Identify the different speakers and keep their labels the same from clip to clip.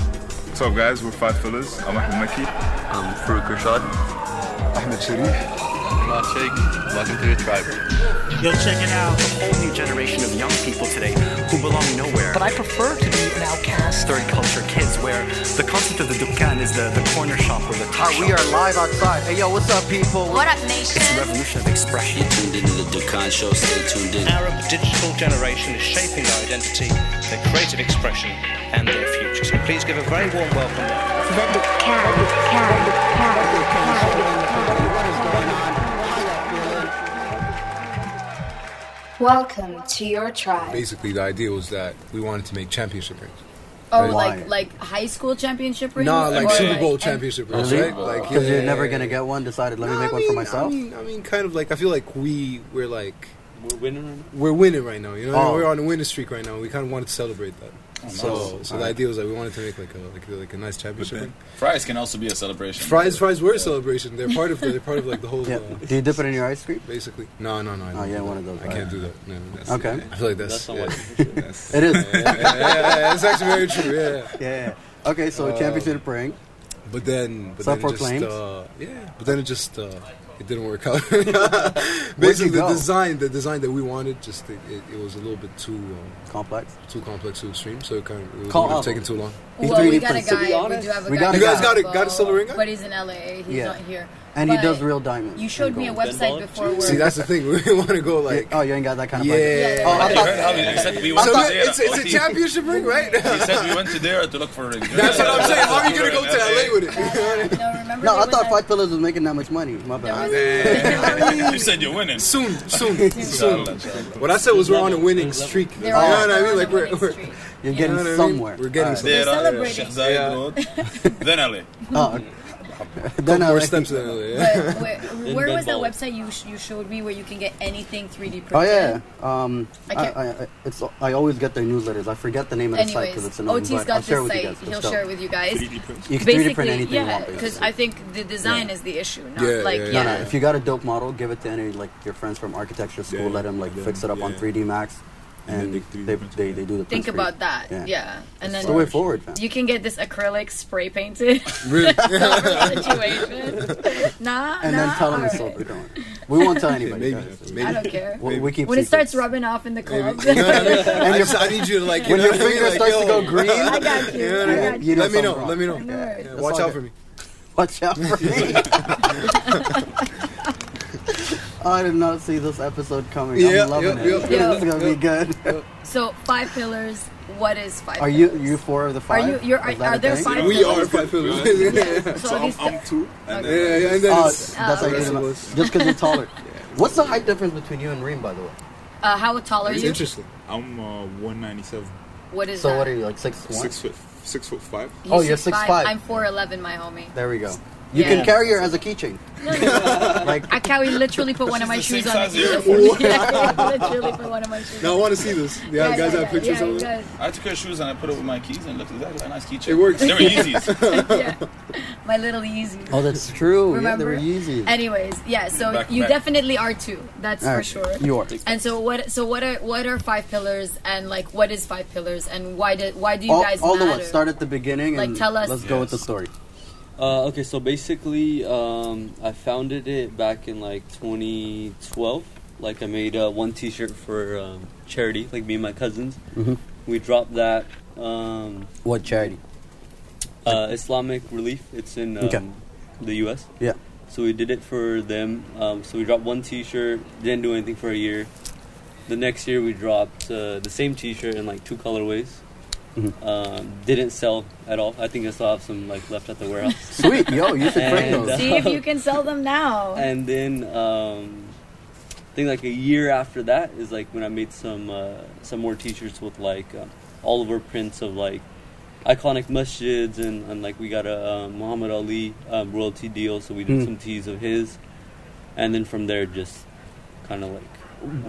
Speaker 1: What's up, guys? We're Five Fillers. I'm Ahmed Mekki.
Speaker 2: I'm Farouk Rashad.
Speaker 1: Ahmed Sharif.
Speaker 2: Ahmad Sheikh. Welcome to the tribe.
Speaker 3: Yo, check it out.
Speaker 4: whole new generation of young people today who belong nowhere.
Speaker 5: But I prefer to be an outcast.
Speaker 4: Third culture kids, where the concept of the dukkan is the, the corner shop or the top shop.
Speaker 6: We are live outside. Hey, yo, what's up, people?
Speaker 7: What up,
Speaker 4: It's a
Speaker 7: nation?
Speaker 4: revolution of expression.
Speaker 8: You're tuned into the Dukan Show. Stay tuned in.
Speaker 9: Arab digital generation is shaping their identity, their creative expression, and their future. So please give a very warm welcome.
Speaker 7: Welcome to your tribe.
Speaker 10: basically the idea was that we wanted to make championship rings.
Speaker 11: Oh,
Speaker 10: Right.
Speaker 11: like like high school championship rings?
Speaker 10: Nah, like
Speaker 11: Or
Speaker 10: Super Bowl
Speaker 11: and-
Speaker 10: championship rings,
Speaker 6: Really?
Speaker 10: right? Like
Speaker 6: Because
Speaker 10: yeah,
Speaker 6: you're never
Speaker 10: yeah,
Speaker 6: gonna
Speaker 10: yeah.
Speaker 6: get one. Decided, let me
Speaker 10: Nah,
Speaker 6: make
Speaker 10: I
Speaker 6: one for
Speaker 10: mean-
Speaker 6: myself.
Speaker 10: I mean, I mean, kind of like I feel like we we're like we're winning right now. You know,
Speaker 6: Oh.
Speaker 10: we're on a winning streak right now. We kind of wanted to celebrate that.
Speaker 12: Oh,
Speaker 10: so, so the idea was like we wanted to make like a like, a- like a nice championship. ring.
Speaker 12: Fries can also be a celebration.
Speaker 10: Fries, fries were a celebration. They're part of the, they're part of like the whole.
Speaker 6: Yeah.
Speaker 10: Uh,
Speaker 6: Do you dip it in your ice cream?
Speaker 10: basically, no, no, no. I don't
Speaker 6: Oh, yeah,
Speaker 10: do
Speaker 6: one
Speaker 10: that.
Speaker 6: of those,
Speaker 10: I
Speaker 6: right.
Speaker 10: can't do that. No, that's,
Speaker 6: Okay.
Speaker 10: I feel like that's. yeah, that's
Speaker 6: It is.
Speaker 10: yeah, yeah, yeah, yeah, it's actually very true. Yeah. yeah.
Speaker 6: yeah. Okay, so
Speaker 10: Um,
Speaker 6: championship ring.
Speaker 10: But then, but then it
Speaker 6: Self-proclaimed?
Speaker 10: just, uh, yeah. But then it just uh, it didn't work out. Basically, the
Speaker 6: go?
Speaker 10: design, the design that we wanted, just it, it, it was a little bit too um,
Speaker 6: Complex.
Speaker 10: too complex, too extreme. So it kind of it
Speaker 6: Call
Speaker 10: would have
Speaker 6: up.
Speaker 10: taken too long.
Speaker 6: He
Speaker 11: Well, we
Speaker 6: 3D
Speaker 11: got a
Speaker 6: prints. To
Speaker 11: guy.
Speaker 6: be
Speaker 11: we do have a
Speaker 6: we
Speaker 11: guy.
Speaker 6: got a
Speaker 10: You guys
Speaker 6: guy.
Speaker 10: got it. Got a silver ring?
Speaker 11: But he's in LA. He's
Speaker 6: Yeah.
Speaker 11: not here.
Speaker 6: And he
Speaker 11: But
Speaker 6: does real diamonds.
Speaker 11: You showed me a website before where
Speaker 10: See, that's the thing. We want to go like,
Speaker 6: oh, you ain't got that kind of
Speaker 10: yeah.
Speaker 6: budget.
Speaker 11: Yeah.
Speaker 6: Oh, I thought,
Speaker 12: How we, except we
Speaker 10: So
Speaker 12: went to
Speaker 10: look,
Speaker 12: Zara.
Speaker 10: it's, it's a
Speaker 12: He-
Speaker 10: championship ring, right?
Speaker 12: He said we went to there to look for a ring.
Speaker 10: That's what I'm saying. How are you gonna go to LA with it?
Speaker 11: No, remember?
Speaker 6: no,
Speaker 11: there
Speaker 6: I
Speaker 11: was
Speaker 6: thought
Speaker 11: that-
Speaker 6: Five Pillars was making that much money. My
Speaker 11: there
Speaker 6: bad.
Speaker 11: was-
Speaker 12: You said you're winning.
Speaker 10: soon, soon, soon. What I said was we're on a winning streak. You
Speaker 11: there
Speaker 10: know
Speaker 11: was
Speaker 10: what I mean?
Speaker 11: on
Speaker 10: Like
Speaker 11: the
Speaker 10: we're,
Speaker 11: winning
Speaker 10: we're
Speaker 11: street.
Speaker 10: you
Speaker 6: You're
Speaker 10: know
Speaker 6: getting
Speaker 10: what I mean?
Speaker 6: somewhere.
Speaker 10: We're getting somewhere.
Speaker 12: There, uh,
Speaker 11: celebrating.
Speaker 12: Sheikh Zayed
Speaker 10: Yeah.
Speaker 12: Road, then LA.
Speaker 6: Oh, okay. then I
Speaker 10: Four
Speaker 6: like-
Speaker 10: steps in LA. yeah.
Speaker 11: But where, where was that
Speaker 9: Bengal.
Speaker 11: website you sh- you showed me where you can get anything 3D printed?
Speaker 6: Oh yeah. Um, I,
Speaker 11: I
Speaker 6: I,
Speaker 11: can't-
Speaker 6: I, it's I always get their newsletters. I forget the name of the site because it's
Speaker 11: Anyways,
Speaker 6: annoying. but
Speaker 11: OT's got
Speaker 6: I'll
Speaker 11: this
Speaker 6: share it with
Speaker 11: site.
Speaker 6: you guys.
Speaker 11: He'll
Speaker 6: Let's go.
Speaker 11: share it with you guys.
Speaker 6: You can 3D print
Speaker 11: Basically,
Speaker 6: anything you
Speaker 11: yeah,
Speaker 6: want.
Speaker 11: because
Speaker 6: basically.
Speaker 11: I think the design is the issue, not
Speaker 10: Yeah,
Speaker 11: like
Speaker 10: yeah,
Speaker 11: yeah.
Speaker 10: yeah.
Speaker 6: No, no. If you got a dope model, give it to any like your friends from architecture school.
Speaker 10: Yeah,
Speaker 6: let them like
Speaker 10: yeah,
Speaker 6: fix it up on
Speaker 10: yeah.
Speaker 6: 3D Max,
Speaker 10: And
Speaker 6: and they
Speaker 10: then they
Speaker 6: they,
Speaker 10: 3D print it,
Speaker 6: they,
Speaker 10: yeah.
Speaker 6: do the
Speaker 11: Think
Speaker 6: prints for you.
Speaker 11: about that. Yeah, and
Speaker 6: It's
Speaker 11: then
Speaker 6: the way forward, man.
Speaker 11: You can get this acrylic spray painted
Speaker 10: Really?
Speaker 11: situation. Nah,
Speaker 6: and
Speaker 11: nah,
Speaker 6: then tell them
Speaker 11: all
Speaker 6: it's
Speaker 11: right.
Speaker 6: over. Don't worry. We won't tell anybody.
Speaker 10: Maybe.
Speaker 6: guys.
Speaker 10: Maybe.
Speaker 11: I don't care.
Speaker 6: We, we keep
Speaker 11: when it
Speaker 6: secrets.
Speaker 11: starts rubbing off in the club,
Speaker 10: You know what I mean? I, just, I need you to like.
Speaker 6: When
Speaker 10: you know
Speaker 6: your
Speaker 10: what I mean?
Speaker 6: finger
Speaker 10: Like,
Speaker 6: starts to
Speaker 10: yo,
Speaker 6: go green,
Speaker 11: I got you. I
Speaker 6: Yeah,
Speaker 11: got you.
Speaker 6: you know
Speaker 10: let me
Speaker 6: something's
Speaker 10: know.
Speaker 6: wrong.
Speaker 10: Let me know.
Speaker 11: Alright.
Speaker 10: Yeah,
Speaker 6: That's
Speaker 10: watch
Speaker 6: all
Speaker 10: out
Speaker 6: good.
Speaker 10: for me.
Speaker 6: Watch out for me. I did not see this episode coming.
Speaker 10: Yeah,
Speaker 6: I'm loving
Speaker 10: yeah,
Speaker 6: it.
Speaker 10: yeah.
Speaker 6: This is gonna
Speaker 10: Yeah.
Speaker 6: be good.
Speaker 11: So five pillars. What is five?
Speaker 6: Are you
Speaker 11: pillars?
Speaker 6: you four of the
Speaker 11: Are
Speaker 6: five?
Speaker 11: you? You're, are,
Speaker 6: Is that
Speaker 11: are
Speaker 6: a
Speaker 11: there
Speaker 6: thing?
Speaker 11: five?
Speaker 10: We are
Speaker 11: pillars?
Speaker 10: five pillars. Yeah, yeah,
Speaker 11: So at least
Speaker 12: two. And then
Speaker 10: yeah, and then
Speaker 6: Oh,
Speaker 10: it's,
Speaker 6: that's
Speaker 11: Uh,
Speaker 6: how you
Speaker 10: rest
Speaker 6: do
Speaker 10: of
Speaker 6: it.
Speaker 10: us.
Speaker 6: Just because you're taller. What's the height difference between you and Reem, by the way?
Speaker 11: uh, how tall are
Speaker 10: it's
Speaker 11: you?
Speaker 10: interesting.
Speaker 12: I'm uh, 197,
Speaker 11: What is
Speaker 6: So
Speaker 11: that?
Speaker 6: what are you like six one?
Speaker 12: foot, six foot five.
Speaker 6: Oh, you're 6'5".
Speaker 11: I'm four eleven, my homie.
Speaker 6: There we go. You
Speaker 11: Yeah.
Speaker 6: can carry her as a keychain. like
Speaker 11: I can literally put one of my
Speaker 12: She's the
Speaker 11: shoes
Speaker 12: same
Speaker 11: on.
Speaker 12: size as you.
Speaker 11: Yeah, I literally put one of my shoes.
Speaker 10: Now I want to see this. Yeah,
Speaker 11: Yeah,
Speaker 10: guys
Speaker 11: yeah,
Speaker 10: have pictures
Speaker 11: yeah,
Speaker 10: of it.
Speaker 11: yeah,
Speaker 12: I took her shoes and I put it with my keys and looked exactly like a nice keychain.
Speaker 10: It works.
Speaker 12: They were Yeezys.
Speaker 11: yeah. My little Yeezys.
Speaker 6: oh, that's true. Yeah, they
Speaker 11: Remember?
Speaker 6: were Yeezys.
Speaker 11: Anyways, yeah. So
Speaker 12: Back-
Speaker 11: you
Speaker 12: back.
Speaker 11: definitely are two. That's
Speaker 6: All
Speaker 11: for
Speaker 6: right,
Speaker 11: sure.
Speaker 6: You are.
Speaker 11: And so what? So what are what are five pillars? And like, what is five pillars? And why did why do you
Speaker 6: All,
Speaker 11: guys
Speaker 6: all the
Speaker 11: matter?
Speaker 6: way. Start at the beginning
Speaker 11: Like,
Speaker 6: and
Speaker 11: tell us-
Speaker 6: let's go with the
Speaker 12: Yes.
Speaker 6: story.
Speaker 9: Uh, okay, so basically, um, I founded it back in like 2012. Like, I made uh, one t shirt for um, charity, like me and my cousins.
Speaker 6: Mhm.
Speaker 9: We dropped that. Um,
Speaker 6: What charity?
Speaker 9: uh, Islamic Relief, it's in um,
Speaker 6: Okay.
Speaker 9: the US.
Speaker 6: Yeah.
Speaker 9: So we did it for them. Um, so we dropped one t shirt, didn't do anything for a year. The next year, we dropped uh, the same t shirt in like two colorways.
Speaker 6: Mhm.
Speaker 9: Um, didn't sell at all. I think I still have some like left at the warehouse.
Speaker 6: Sweet, yo, you should print
Speaker 9: And,
Speaker 6: those.
Speaker 9: uh,
Speaker 11: See if you can sell them now.
Speaker 9: and then um, I think like a year after that is like when I made some uh, some more t-shirts with like um, Oliver prints of like iconic masjids and, and like we got a um, Muhammad Ali um, royalty deal, so we did
Speaker 6: Hmm.
Speaker 9: some tees of his, and then from there just kind of like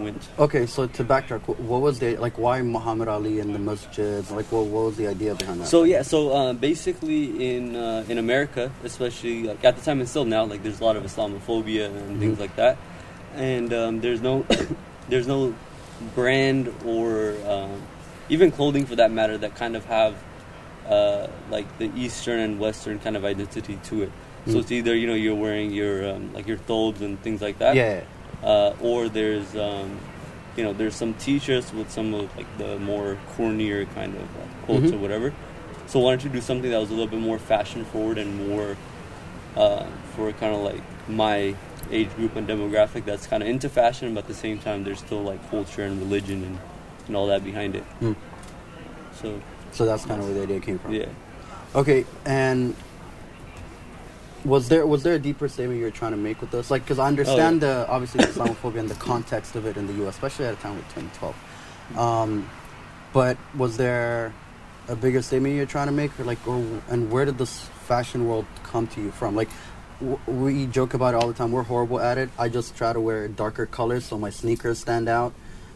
Speaker 9: went.
Speaker 6: Okay, so to backtrack, wh- what was the like? Why Muhammad Ali and the masjid? Like, what, what was the idea behind that?
Speaker 9: So yeah, so uh, basically in uh, in America, especially like at the time and still now, like there's a lot of Islamophobia and
Speaker 6: Mm-hmm.
Speaker 9: things like that, and um, there's no there's no brand or um, even clothing for that matter that kind of have uh, like the Eastern and Western kind of identity to it. So
Speaker 6: Mm.
Speaker 9: it's either you know you're wearing your um, like your thobes and things like that,
Speaker 6: Yeah.
Speaker 9: uh, or there's um, you know there's some t-shirts with some of like the more cornier kind of like, quotes
Speaker 6: Mhm.
Speaker 9: or whatever. So I wanted to do something that was a little bit more fashion forward and more uh, for kind of like my age group and demographic that's kind of into fashion, but at the same time there's still like culture and religion and, and all that behind it.
Speaker 6: Mm.
Speaker 9: So
Speaker 6: So that's kind of where the idea came from.
Speaker 9: yeah.
Speaker 6: Okay, and was there was there a deeper statement you were trying to make with this? Like, because I understand the obviously the Islamophobia and the context of it in the U.S., especially at a time with 2012. Um, but was there a bigger statement you're trying to make, or like, or and where did this fashion world come to you from? Like, w- we joke about it all the time. We're horrible at it. I just try to wear darker colors so my sneakers stand out.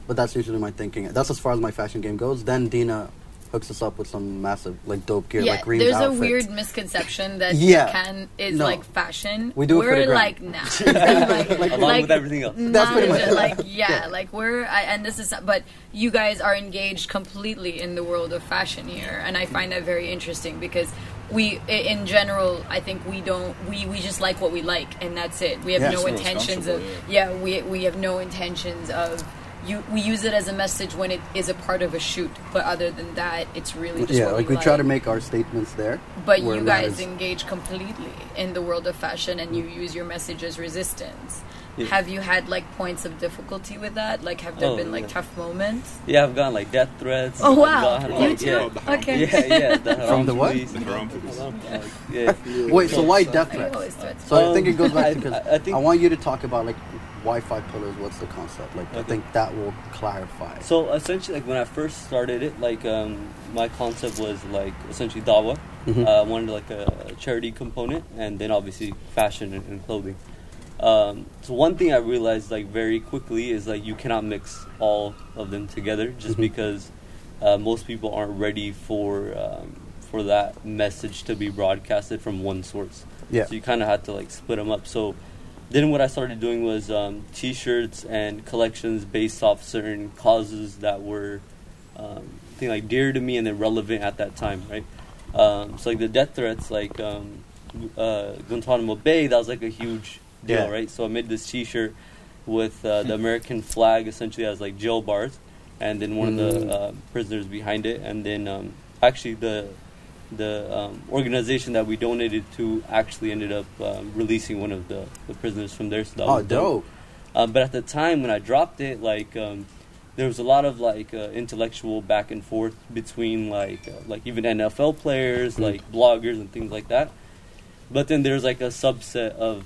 Speaker 6: But that's usually my thinking. That's as far as my fashion game goes. Then Dina hooks us up with some massive like dope gear,
Speaker 11: yeah,
Speaker 6: like green
Speaker 11: there's
Speaker 6: outfits.
Speaker 11: a weird misconception that
Speaker 6: Yeah.
Speaker 11: can is
Speaker 6: No.
Speaker 11: like fashion.
Speaker 6: We do it for
Speaker 11: We're
Speaker 6: the gram.
Speaker 11: like nah.
Speaker 6: Like-
Speaker 9: Along with everything else.
Speaker 6: That's pretty
Speaker 11: Not
Speaker 6: much
Speaker 11: even, like yeah, like we're I, and this is but you guys are engaged completely in the world of fashion here, and I find that very interesting because we i- in general I think we don't we we just like what we like and that's it. We have
Speaker 13: Yeah,
Speaker 11: no
Speaker 13: it's more
Speaker 11: intentions of
Speaker 13: responsible,
Speaker 11: yeah we we have no intentions of. You, we use it as a message when it is a part of a shoot, but other than that, it's really just
Speaker 6: yeah,
Speaker 11: what
Speaker 6: like
Speaker 11: we
Speaker 6: we try to make our statements there.
Speaker 11: But
Speaker 6: where
Speaker 11: you
Speaker 6: it
Speaker 11: guys
Speaker 6: matters.
Speaker 11: engage completely in the world of fashion and you use your message as resistance.
Speaker 9: Mm. Yeah.
Speaker 11: Have you had like points of difficulty with that? Like, have there
Speaker 9: Oh,
Speaker 11: been like
Speaker 9: yeah.
Speaker 11: tough moments?
Speaker 9: Yeah, I've gotten like death threats.
Speaker 11: Oh,
Speaker 9: I've
Speaker 11: wow.
Speaker 9: gotten,
Speaker 11: You
Speaker 9: like,
Speaker 11: too?
Speaker 9: yeah.
Speaker 11: Okay.
Speaker 9: Yeah, yeah. The
Speaker 6: From the
Speaker 9: Haram
Speaker 6: what?
Speaker 9: police.
Speaker 6: The
Speaker 12: Haram
Speaker 9: Like, yeah.
Speaker 6: Wait, so why death
Speaker 11: I
Speaker 6: threats?
Speaker 11: always threats.
Speaker 6: So I think it goes
Speaker 9: I-
Speaker 6: back to because
Speaker 9: Um, I- I
Speaker 6: I,
Speaker 9: think-
Speaker 6: want you to talk about like why five pillars. What's the concept? Like I
Speaker 9: Okay.
Speaker 6: think that will clarify.
Speaker 9: So essentially, like when I first started it, like um, my concept was like essentially dawa.
Speaker 6: Mhm.
Speaker 9: Uh, I wanted like a charity component, and then obviously fashion and, and clothing. Um, so one thing I realized like very quickly is like you cannot mix all of them together, just
Speaker 6: Mhm.
Speaker 9: because uh, most people aren't ready for um, for that message to be broadcasted from one source.
Speaker 6: Yeah.
Speaker 9: So you kind of had to like split them up. So then what I started doing was um, T-shirts and collections based off certain causes that were um, thing like dear to me and then relevant at that time, right? Um, so like the death threats, like um, uh, Guantanamo Bay, that was like a huge deal,
Speaker 6: Yeah.
Speaker 9: right? So I made this T-shirt with uh, the American flag essentially as like jail bars, and then one of
Speaker 6: Mm.
Speaker 9: the uh, prisoners behind it, and then um, actually the the um, organization that we donated to actually ended up um, releasing one of the, the prisoners from there. So that
Speaker 6: Oh,
Speaker 9: was
Speaker 6: dope.
Speaker 9: Um, but at the time when I dropped it, like um, there was a lot of like uh, intellectual back and forth between like uh, like even NFL players,
Speaker 6: Mm.
Speaker 9: like bloggers and things like that. But then there's like a subset of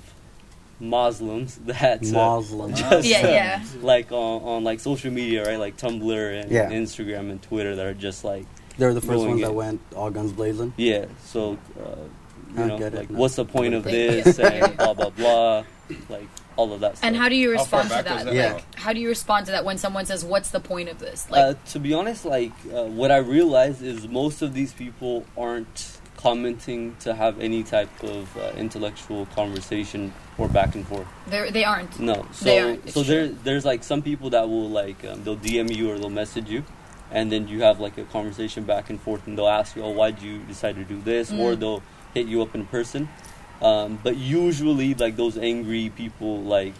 Speaker 9: Muslims that uh,
Speaker 6: Muslims.
Speaker 9: just
Speaker 6: Yeah,
Speaker 9: uh,
Speaker 6: yeah.
Speaker 9: like on, on like social media, right? Like Tumblr and
Speaker 6: Yeah.
Speaker 9: Instagram and Twitter that are just like
Speaker 6: They're the first
Speaker 9: going
Speaker 6: ones
Speaker 9: in.
Speaker 6: that went all guns blazing.
Speaker 9: Yeah. So, uh, you
Speaker 6: I
Speaker 9: know,
Speaker 6: get it
Speaker 9: like,
Speaker 6: now.
Speaker 9: what's the point of
Speaker 11: Thank
Speaker 9: this
Speaker 11: you.
Speaker 9: and blah blah blah, like all of that. Stuff.
Speaker 11: And how do you respond to
Speaker 9: was
Speaker 11: that?
Speaker 9: that? Yeah.
Speaker 11: Like, how do you respond to that when someone says, "What's the point of this?" Like,
Speaker 9: uh, to be honest, like uh, what I realized is most of these people aren't commenting to have any type of uh, intellectual conversation or back and forth.
Speaker 11: they're- they aren't.
Speaker 9: No. So
Speaker 11: they aren't. It's
Speaker 9: so there
Speaker 11: true.
Speaker 9: there's like some people that will like um, they'll DM you or they'll message you, and then you have like a conversation back and forth, and they'll ask you, "Oh, why'd you decide to do this?" Or
Speaker 6: Mm.
Speaker 9: they'll hit you up in person. Um, but usually, like those angry people, like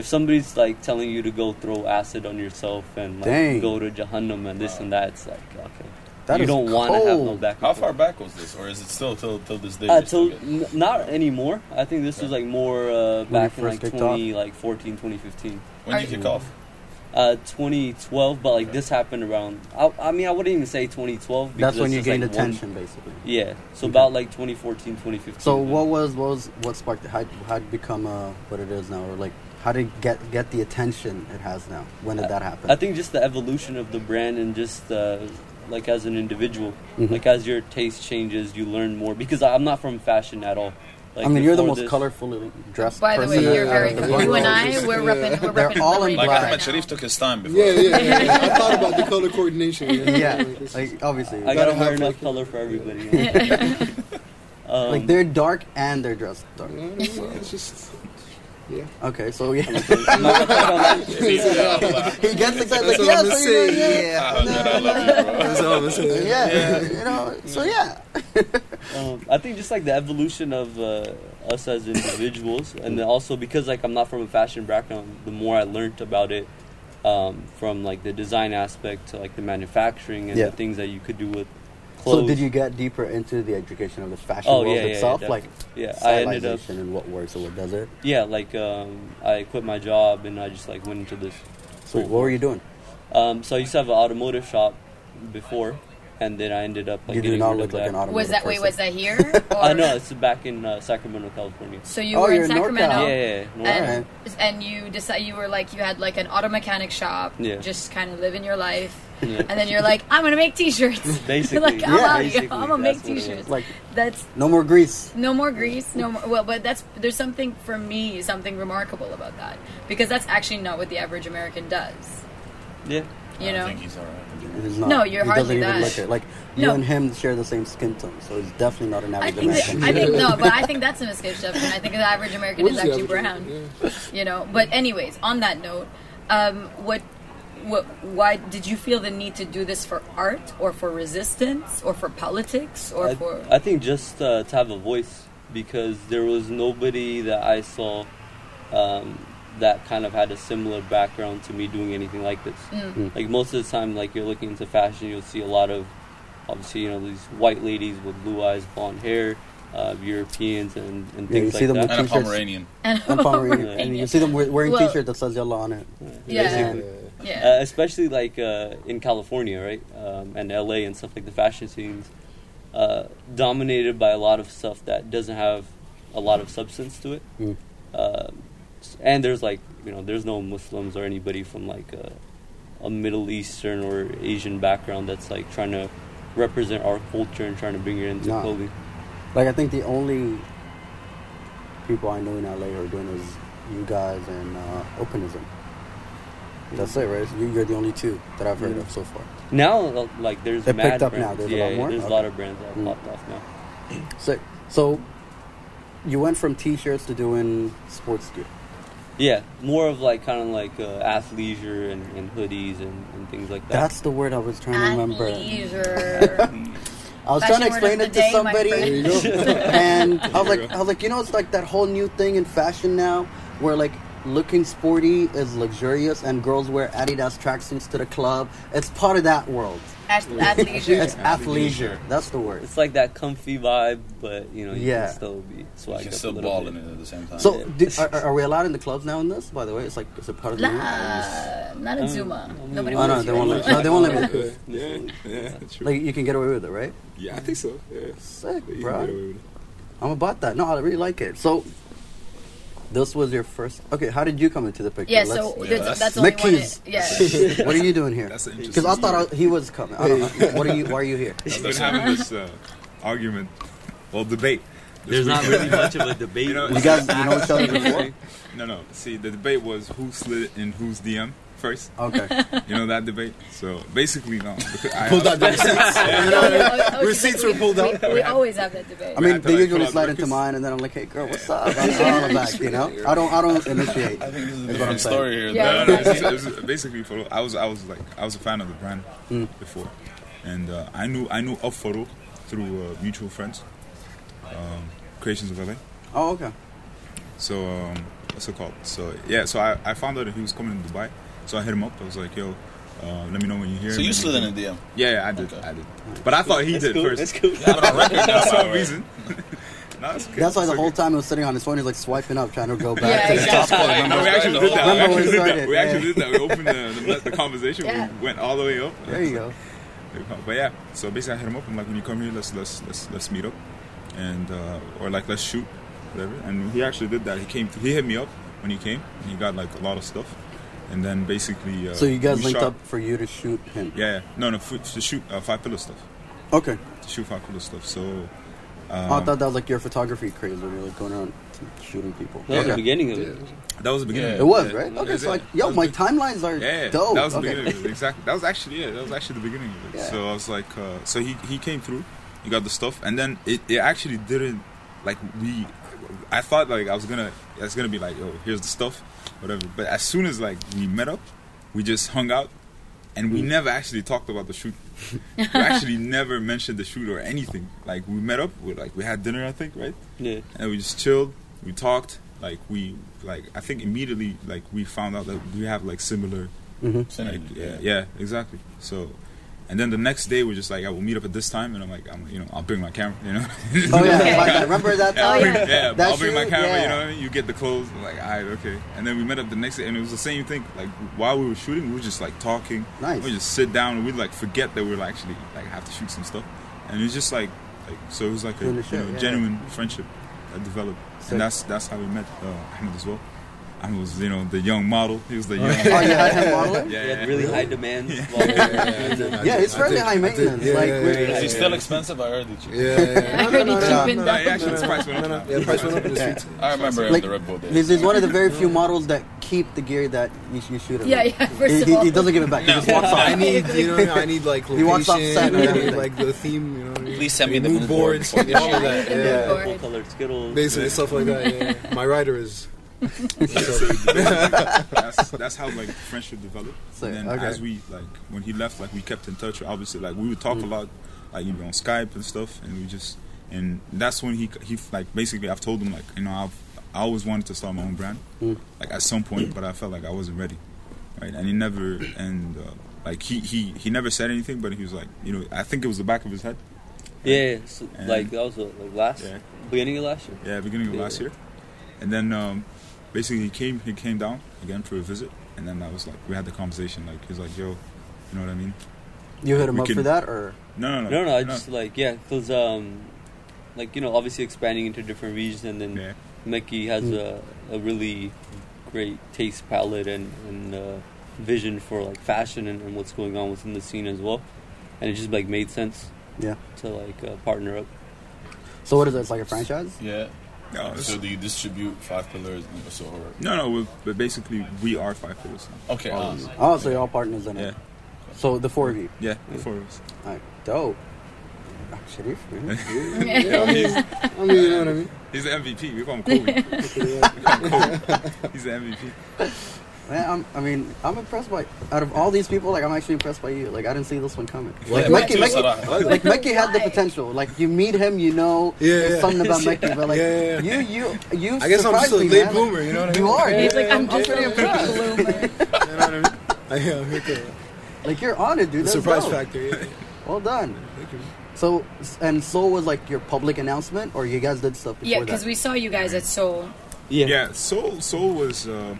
Speaker 9: if somebody's like telling you to go throw acid on yourself and like
Speaker 6: Dang.
Speaker 9: go to Jahannam and this and that, it's like okay,
Speaker 6: That
Speaker 9: you
Speaker 6: is
Speaker 9: don't want to have no
Speaker 6: cold.
Speaker 9: back.
Speaker 12: How far back was this, or is it still till till this day?
Speaker 9: Uh,
Speaker 12: you're still
Speaker 9: till,
Speaker 12: getting-
Speaker 9: n- not anymore. I think this was like more uh,
Speaker 12: When you
Speaker 9: back in
Speaker 12: first
Speaker 9: like
Speaker 12: kicked
Speaker 9: 20, like 14, 2015.
Speaker 12: When did you Are- kick off?
Speaker 9: Uh, 2012, but like this happened around. I, I mean, I wouldn't even say 2012.
Speaker 6: That's when you
Speaker 9: just,
Speaker 6: gained
Speaker 9: like,
Speaker 6: attention, basically.
Speaker 9: Yeah, so
Speaker 6: Okay.
Speaker 9: about like 2014, 2015.
Speaker 6: So what was what was what sparked it? How how it become uh, what it is now, or like how did it get get the attention it has now? When did that happen?
Speaker 9: I think just the evolution of the brand and just uh, like as an individual,
Speaker 6: Mhm.
Speaker 9: like as your taste changes, you learn more. Because I- I'm not from fashion at all. Like
Speaker 6: I mean, you're the
Speaker 9: before
Speaker 6: most
Speaker 9: this-
Speaker 6: colorfully dressed.
Speaker 11: By the way,
Speaker 6: person
Speaker 11: you're
Speaker 6: out
Speaker 11: very
Speaker 6: of
Speaker 11: good.
Speaker 6: bunch.
Speaker 11: You and I, we're
Speaker 10: Yeah.
Speaker 11: repping. We're
Speaker 6: They're
Speaker 11: repping
Speaker 6: all in
Speaker 11: Bahrain.
Speaker 12: Like
Speaker 6: black.
Speaker 12: Ahmed Sharif took his time before.
Speaker 10: Yeah, yeah, yeah, yeah. I thought about the color coordination.
Speaker 6: Yeah, like obviously,
Speaker 9: I gotta wear enough color for everybody. Um,
Speaker 11: Mm-hmm.
Speaker 6: like they're dark and they're dressed dark.
Speaker 10: It's just
Speaker 6: Yeah. Okay, so yeah.
Speaker 10: he
Speaker 6: he gets excited like yeah, so you know, yeah.
Speaker 10: I love you, bro. That's all I'm saying.
Speaker 6: yeah, you know,
Speaker 9: Mm.
Speaker 6: so yeah.
Speaker 9: um, I think just like the evolution of uh, us as individuals, and then also because like I'm not from a fashion background, the more I learned about it um, from like the design aspect to like the manufacturing and
Speaker 6: Yeah.
Speaker 9: the things that you could do with clothes.
Speaker 6: So did you get deeper into the education of the fashion
Speaker 9: Oh,
Speaker 6: world
Speaker 9: yeah, yeah, yeah,
Speaker 6: itself, like
Speaker 9: definitely. Yeah, I ended up-
Speaker 6: stylization and what works and what doesn't?
Speaker 9: Yeah, like um, I quit my job and I just like went into this.
Speaker 6: So what were you doing?
Speaker 9: Um, so I used to have an automotive shop before, and then I ended up like
Speaker 6: You do
Speaker 9: getting
Speaker 6: not
Speaker 9: rid
Speaker 6: look
Speaker 9: of
Speaker 6: like
Speaker 9: that.
Speaker 6: an
Speaker 11: Was that wait? Was that here?
Speaker 9: I know Oh, it's back in uh, Sacramento, California.
Speaker 11: So you were in Sacramento,
Speaker 9: Yeah, yeah, yeah.
Speaker 11: and, and you decide you were like you had like an auto mechanic shop,
Speaker 9: Yeah.
Speaker 11: just kind of living your life,
Speaker 9: Yeah.
Speaker 11: and then you're like, I'm gonna make t-shirts.
Speaker 9: Basically,
Speaker 11: like I'm
Speaker 9: yeah,
Speaker 11: out,
Speaker 9: basically,
Speaker 11: I'm gonna make
Speaker 9: that's what it
Speaker 11: t-shirts.
Speaker 9: was.
Speaker 6: Like
Speaker 11: That's
Speaker 6: no more grease.
Speaker 11: no more grease, no more. Well, but that's there's something for me, something remarkable about that because that's actually not what the average American does.
Speaker 9: Yeah.
Speaker 11: You know,
Speaker 6: He's not,
Speaker 11: No, you're
Speaker 6: he
Speaker 11: hardly
Speaker 6: doesn't even
Speaker 11: that.
Speaker 6: look it. Like you
Speaker 11: No.
Speaker 6: and him share the same skin tone, so he's definitely not an
Speaker 11: I
Speaker 6: average
Speaker 11: think that,
Speaker 6: American.
Speaker 11: I think no, but I think that's a misconception. I think the average American
Speaker 6: What
Speaker 11: is
Speaker 6: is the
Speaker 11: actually brown. You know, but anyways, on that note, um, what what why did you feel the need to do this for art or for resistance or for politics or
Speaker 9: I,
Speaker 11: for
Speaker 9: I think just uh, to have a voice because there was nobody that I saw um, that kind of had a similar background to me doing anything like this.
Speaker 13: Mm.
Speaker 6: Hmm.
Speaker 13: Mm.
Speaker 9: Like most of the time, like you're looking into fashion, you'll see a lot of obviously you know these white ladies with blue eyes, blonde hair. Uh, Europeans and, and
Speaker 6: Yeah, you
Speaker 9: things
Speaker 6: see them
Speaker 9: like that.
Speaker 6: with And a t-shirts. Pomeranian. And a Pomeranian. And you see them wear- wearing
Speaker 11: Well-
Speaker 6: t-shirt that says yellow on it.
Speaker 11: Yeah.
Speaker 9: Basically.
Speaker 11: Yeah.
Speaker 9: Uh, especially like uh, in California, right, um, and LA and stuff like the fashion scenes, uh, dominated by a lot of stuff that doesn't have a lot of substance to it.
Speaker 6: Mm.
Speaker 9: Um, s- and there's like you know there's no Muslims or anybody from like a, a Middle Eastern or Asian background that's like trying to represent our culture and trying to bring it into
Speaker 6: Nah.
Speaker 9: clothing.
Speaker 6: Like I think the only people I know in LA who are doing is you guys and uh, Openism. That's it, right? You, you're the only two that I've heard
Speaker 9: Yeah.
Speaker 6: of so far.
Speaker 9: Now, uh, like there's
Speaker 6: They're
Speaker 9: mad
Speaker 6: picked up
Speaker 9: brands.
Speaker 6: now. There's a
Speaker 9: yeah,
Speaker 6: lot
Speaker 9: yeah,
Speaker 6: more?
Speaker 9: There's
Speaker 6: Okay.
Speaker 9: a lot of brands that have
Speaker 6: Mm.
Speaker 9: popped off now.
Speaker 6: Sick. So you went from t-shirts to doing sports gear.
Speaker 9: Yeah, more of like kind of like uh, athleisure and, and hoodies and, and things like that.
Speaker 6: That's the word I was trying to remember.
Speaker 11: Athleisure.
Speaker 6: I was trying to
Speaker 11: Fashion word
Speaker 6: explain
Speaker 11: of
Speaker 6: it to
Speaker 11: the day, my
Speaker 6: somebody,
Speaker 11: friend.
Speaker 6: and I was like, I was like, you know, it's like that whole new thing in fashion now, where like looking sporty is luxurious, and girls wear Adidas tracksuits to the club. It's part of that world.
Speaker 11: Ath- athleisure.
Speaker 6: It's athleisure. That's the word.
Speaker 9: It's like that comfy vibe, but you know, you
Speaker 6: Yeah.
Speaker 9: can still be swagged
Speaker 12: can
Speaker 9: up
Speaker 12: still
Speaker 9: a little
Speaker 12: ball
Speaker 9: bit.
Speaker 12: in it at the same time.
Speaker 6: So, do, are, are- are we allowed in the clubs now in this? By the way, it's like it's a part of the. rule?
Speaker 11: Nah, not
Speaker 6: Um,
Speaker 9: Um,
Speaker 11: in Zuma. Nobody
Speaker 6: Oh no,
Speaker 11: wants
Speaker 6: they
Speaker 11: you
Speaker 6: won't
Speaker 11: in
Speaker 6: let.
Speaker 11: Zuma.
Speaker 6: No, they won't let me.
Speaker 10: Yeah, yeah, true.
Speaker 6: Like you can get away with it, right?
Speaker 10: yeah, I think so. Yeah.
Speaker 6: Sick,
Speaker 10: You can
Speaker 6: bro.
Speaker 10: get away with it.
Speaker 6: I'm about that. No, I really like it. So, this was your first. Okay, how did you come into the picture?
Speaker 11: Yeah, so Yeah, that's- that's- that's only one
Speaker 6: McKees.
Speaker 11: it- yeah.
Speaker 6: what are you doing here?
Speaker 1: That's an
Speaker 6: Because
Speaker 1: interesting
Speaker 6: I thought I,
Speaker 1: story.
Speaker 6: he was coming. I don't know. What are you? Why are you here?
Speaker 1: I've been having this uh, argument, well, debate.
Speaker 9: There's not really much of a debate.
Speaker 6: You guys- you know each other before?
Speaker 1: No, no. See, the debate was who slid in whose DM first.
Speaker 6: Okay.
Speaker 1: You know that debate. So basically, no. because I-
Speaker 10: Pulled out the receipts. You know what I mean? Receipts were pulled out.
Speaker 11: We always have that debate.
Speaker 6: I mean,
Speaker 1: Right,
Speaker 6: they
Speaker 1: like,
Speaker 6: usually
Speaker 1: pull out
Speaker 6: slide
Speaker 1: the
Speaker 6: into
Speaker 1: records.
Speaker 6: mine, and then I'm like, "Hey, girl, what's up?" I'm out the back, you know. I don't, I don't initiate. I think this is
Speaker 1: That's
Speaker 6: what I'm
Speaker 1: what
Speaker 6: saying.
Speaker 1: I'm saying.
Speaker 6: Yeah,
Speaker 1: No, no, no,
Speaker 6: exactly.
Speaker 1: this is- this is basically, for I was I was like I was a fan of the brand
Speaker 6: Mm.
Speaker 1: before, and uh, I knew I knew of Foro through uh, mutual friends, um, Creations of LA.
Speaker 6: Oh, okay.
Speaker 1: So um, what's it called? So yeah, so I, I found out that he was coming to Dubai, so I hit him up. I was like, yo. Uh, let me know when you hear.
Speaker 12: So you slid in a DM?
Speaker 1: Yeah, yeah, I did. I did. But I thought he
Speaker 12: That's
Speaker 1: did
Speaker 12: cool,
Speaker 1: first.
Speaker 12: that's cool.
Speaker 1: Yeah, but on record, now, for some reason. no, that's okay.
Speaker 6: That's why
Speaker 1: It's
Speaker 6: the
Speaker 1: okay.
Speaker 6: whole time he was sitting on his phone, he's like swiping up, trying to go back
Speaker 1: Yeah,
Speaker 6: to the top.
Speaker 1: exactly.
Speaker 6: one.
Speaker 1: No, we actually did that.
Speaker 6: Remember
Speaker 1: we
Speaker 6: when
Speaker 1: actually did
Speaker 6: it
Speaker 1: that.
Speaker 6: started?
Speaker 1: We actually
Speaker 6: Yeah.
Speaker 1: did that. We opened the, the, the conversation.
Speaker 6: Yeah.
Speaker 1: We went all the way up.
Speaker 6: There you go.
Speaker 1: But yeah, so basically I hit him up. I'm like, when you come here, let's let's let's let's meet up, and uh, or like let's shoot, whatever. And he actually did that. He came. He hit me up when he came. And he got like a lot of stuff, and then basically. Uh,
Speaker 6: So you guys
Speaker 1: we
Speaker 6: linked
Speaker 1: shot-
Speaker 6: up for you to shoot him.
Speaker 1: Yeah, yeah. No, no. For, to shoot uh, five pillar stuff.
Speaker 6: Okay.
Speaker 1: To shoot five pillar stuff. So. Um,
Speaker 6: Oh, I thought that was like your photography craze where you're like going around shooting people.
Speaker 1: That was the
Speaker 9: beginning of it.
Speaker 1: That was the beginning.
Speaker 6: It was,
Speaker 1: Yeah.
Speaker 6: right?
Speaker 1: Yeah,
Speaker 6: Okay, so
Speaker 1: yeah.
Speaker 6: like, yo, my timelines are
Speaker 1: Yeah,
Speaker 6: dope.
Speaker 1: that was the
Speaker 6: Okay.
Speaker 1: beginning of it. Exactly. That was actually yeah. That was actually the beginning of it.
Speaker 6: Yeah.
Speaker 1: So I was like, uh, so he he came through, he got the stuff, and then it, it actually didn't like we I thought like I was gonna, it's gonna be like, yo, here's the stuff, whatever. But as soon as like we met up, we just hung out, and
Speaker 6: Mm.
Speaker 1: we never actually talked about the shoot. we actually never mentioned the shoot or anything. Like we met up, we like we had dinner, I think, right?
Speaker 9: Yeah.
Speaker 1: And we just chilled. We talked. Like we like I think immediately like we found out that we have like similar.
Speaker 6: Mhm.
Speaker 1: Like, yeah, yeah, exactly. So. And then the next day we're just like, I will meet up at this time, and I'm like, I'm, you know, I'll bring my camera, you know.
Speaker 6: Oh, yeah, Okay. like that. Remember that
Speaker 1: Yeah, I'll
Speaker 6: time?
Speaker 1: bring, yeah,
Speaker 6: That
Speaker 1: I'll bring my
Speaker 6: shoot?
Speaker 1: camera, you
Speaker 6: Yeah.
Speaker 1: know. what I mean? You get the clothes, I'm like, all right, okay. And then we met up the next day, and it was the same thing. Like while we were shooting, we were just like talking.
Speaker 6: Nice.
Speaker 1: We just sit down and we like forget that we're actually like have to shoot some stuff, and it's just like, like so it was like a
Speaker 6: Doing the
Speaker 1: you
Speaker 6: shit,
Speaker 1: know,
Speaker 6: yeah.
Speaker 1: genuine friendship that developed,
Speaker 6: Sick.
Speaker 1: and that's that's how we met uh, Ahmed as well. Ahmed was you know the young model. He was the
Speaker 6: Oh,
Speaker 1: young.
Speaker 6: yeah. Oh, you had him modeling?
Speaker 1: Yeah,
Speaker 9: He had
Speaker 1: yeah.
Speaker 9: really high demands.
Speaker 1: Yeah.
Speaker 9: while-
Speaker 6: Yeah, it's fairly high maintenance. like, we're-
Speaker 12: Is he still expensive? I heard that you.
Speaker 6: I heard he cheapened up.
Speaker 12: actually, his price went up.
Speaker 10: Yeah, the price went up in the
Speaker 6: Yeah.
Speaker 10: streets.
Speaker 12: I remember him
Speaker 6: Like,
Speaker 12: the Red Bull days.
Speaker 6: This is one of the very few models that keep the gear that you, you shoot him.
Speaker 11: Yeah,
Speaker 6: with.
Speaker 11: yeah, first
Speaker 6: he,
Speaker 11: of
Speaker 6: he-
Speaker 11: all.
Speaker 6: he doesn't give it back. He just walks off.
Speaker 10: I need, you know, I need like
Speaker 6: He walks off
Speaker 10: location.
Speaker 6: set.
Speaker 10: and I need like the theme. You know,
Speaker 12: Please send me the
Speaker 10: mood
Speaker 12: mood
Speaker 10: boards, all
Speaker 12: board.
Speaker 10: of that.
Speaker 12: Yeah,
Speaker 10: Yeah.
Speaker 9: Full colored Skittles.
Speaker 10: Basically, stuff like that. Yeah. My rider is.
Speaker 1: that's, that's how like the friendship developed.
Speaker 6: So,
Speaker 1: and then
Speaker 6: okay.
Speaker 1: as we like when he left, like we kept in touch. Obviously, like we would talk
Speaker 6: Mm.
Speaker 1: a lot, like even on Skype and stuff. And we just and that's when he he like basically I've told him like you know I've I always wanted to start my own brand,
Speaker 6: Mm.
Speaker 1: like at some point, but I felt like I wasn't ready, right? And he never and uh, like he he he never said anything, but he was like you know I think it was the back of his head.
Speaker 9: Yeah, so,
Speaker 1: And-
Speaker 9: like that was uh, like last
Speaker 1: Yeah.
Speaker 9: beginning of last year.
Speaker 1: Yeah, beginning of
Speaker 9: Yeah.
Speaker 1: last year, and then um, basically he came he came down again for a visit, and then I was like we had the conversation like he's like yo, you know what I mean?
Speaker 6: You hit
Speaker 1: We
Speaker 6: him up
Speaker 1: can-
Speaker 6: for that, or
Speaker 1: No, no, no,
Speaker 9: No, no, I just like yeah, cause um, like you know, obviously expanding into different regions, and then
Speaker 1: Yeah.
Speaker 9: Mickey has a, a really great taste palette and and uh, vision for like fashion and, and what's going on within the scene as well, and it just like made sense
Speaker 6: yeah.
Speaker 9: to like uh, partner up.
Speaker 6: So what is it? It's like a franchise.
Speaker 12: Yeah.
Speaker 1: No, it's-
Speaker 12: so do you distribute five pillars? and So
Speaker 1: no, no. we but basically we are five pillars. now.
Speaker 12: okay.
Speaker 1: All
Speaker 12: uh,
Speaker 1: of us.
Speaker 6: Oh, so you're all partners in it. So the four of you.
Speaker 1: Yeah, the four of us.
Speaker 6: Alright, dope. Ah, Sharif, really?
Speaker 1: Yeah, he's,
Speaker 10: I mean, you know what I mean.
Speaker 1: he's the MVP. We call him Kobe. We call him Kobe. He's the MVP.
Speaker 6: Man, I'm, I mean, I'm impressed by out of all these people. Like, I'm actually impressed by you. Like, I didn't see this one coming.
Speaker 12: Yeah,
Speaker 6: Like,
Speaker 12: me
Speaker 6: Mekki,
Speaker 12: too,
Speaker 6: Mekki,
Speaker 12: Sarah.
Speaker 6: like Mekki had the potential. Like, you meet him, you know,
Speaker 10: Yeah,
Speaker 6: there's
Speaker 10: yeah.
Speaker 6: something about Mekki. But like,
Speaker 10: Yeah, yeah,
Speaker 6: you, you, you.
Speaker 10: I guess I'm
Speaker 6: surprised
Speaker 10: just a
Speaker 6: me,
Speaker 10: late
Speaker 6: man.
Speaker 10: bloomer. You know what I mean?
Speaker 6: You are.
Speaker 11: He's like, I'm
Speaker 6: I'm
Speaker 11: just
Speaker 6: pretty
Speaker 11: a
Speaker 6: impressed.
Speaker 11: bloomer.
Speaker 10: You know what I mean? I am. Here to
Speaker 6: Like, you're on it,
Speaker 10: the
Speaker 6: dude. That's
Speaker 10: surprise
Speaker 6: dope.
Speaker 10: factor. Yeah.
Speaker 6: Well done.
Speaker 10: Thank you.
Speaker 6: So, and Soul was like your public announcement, or you guys did stuff before
Speaker 11: Yeah,
Speaker 6: that?
Speaker 11: because we saw you guys at Seoul.
Speaker 9: Yeah,
Speaker 1: Yeah, Seoul. Seoul was. Uh,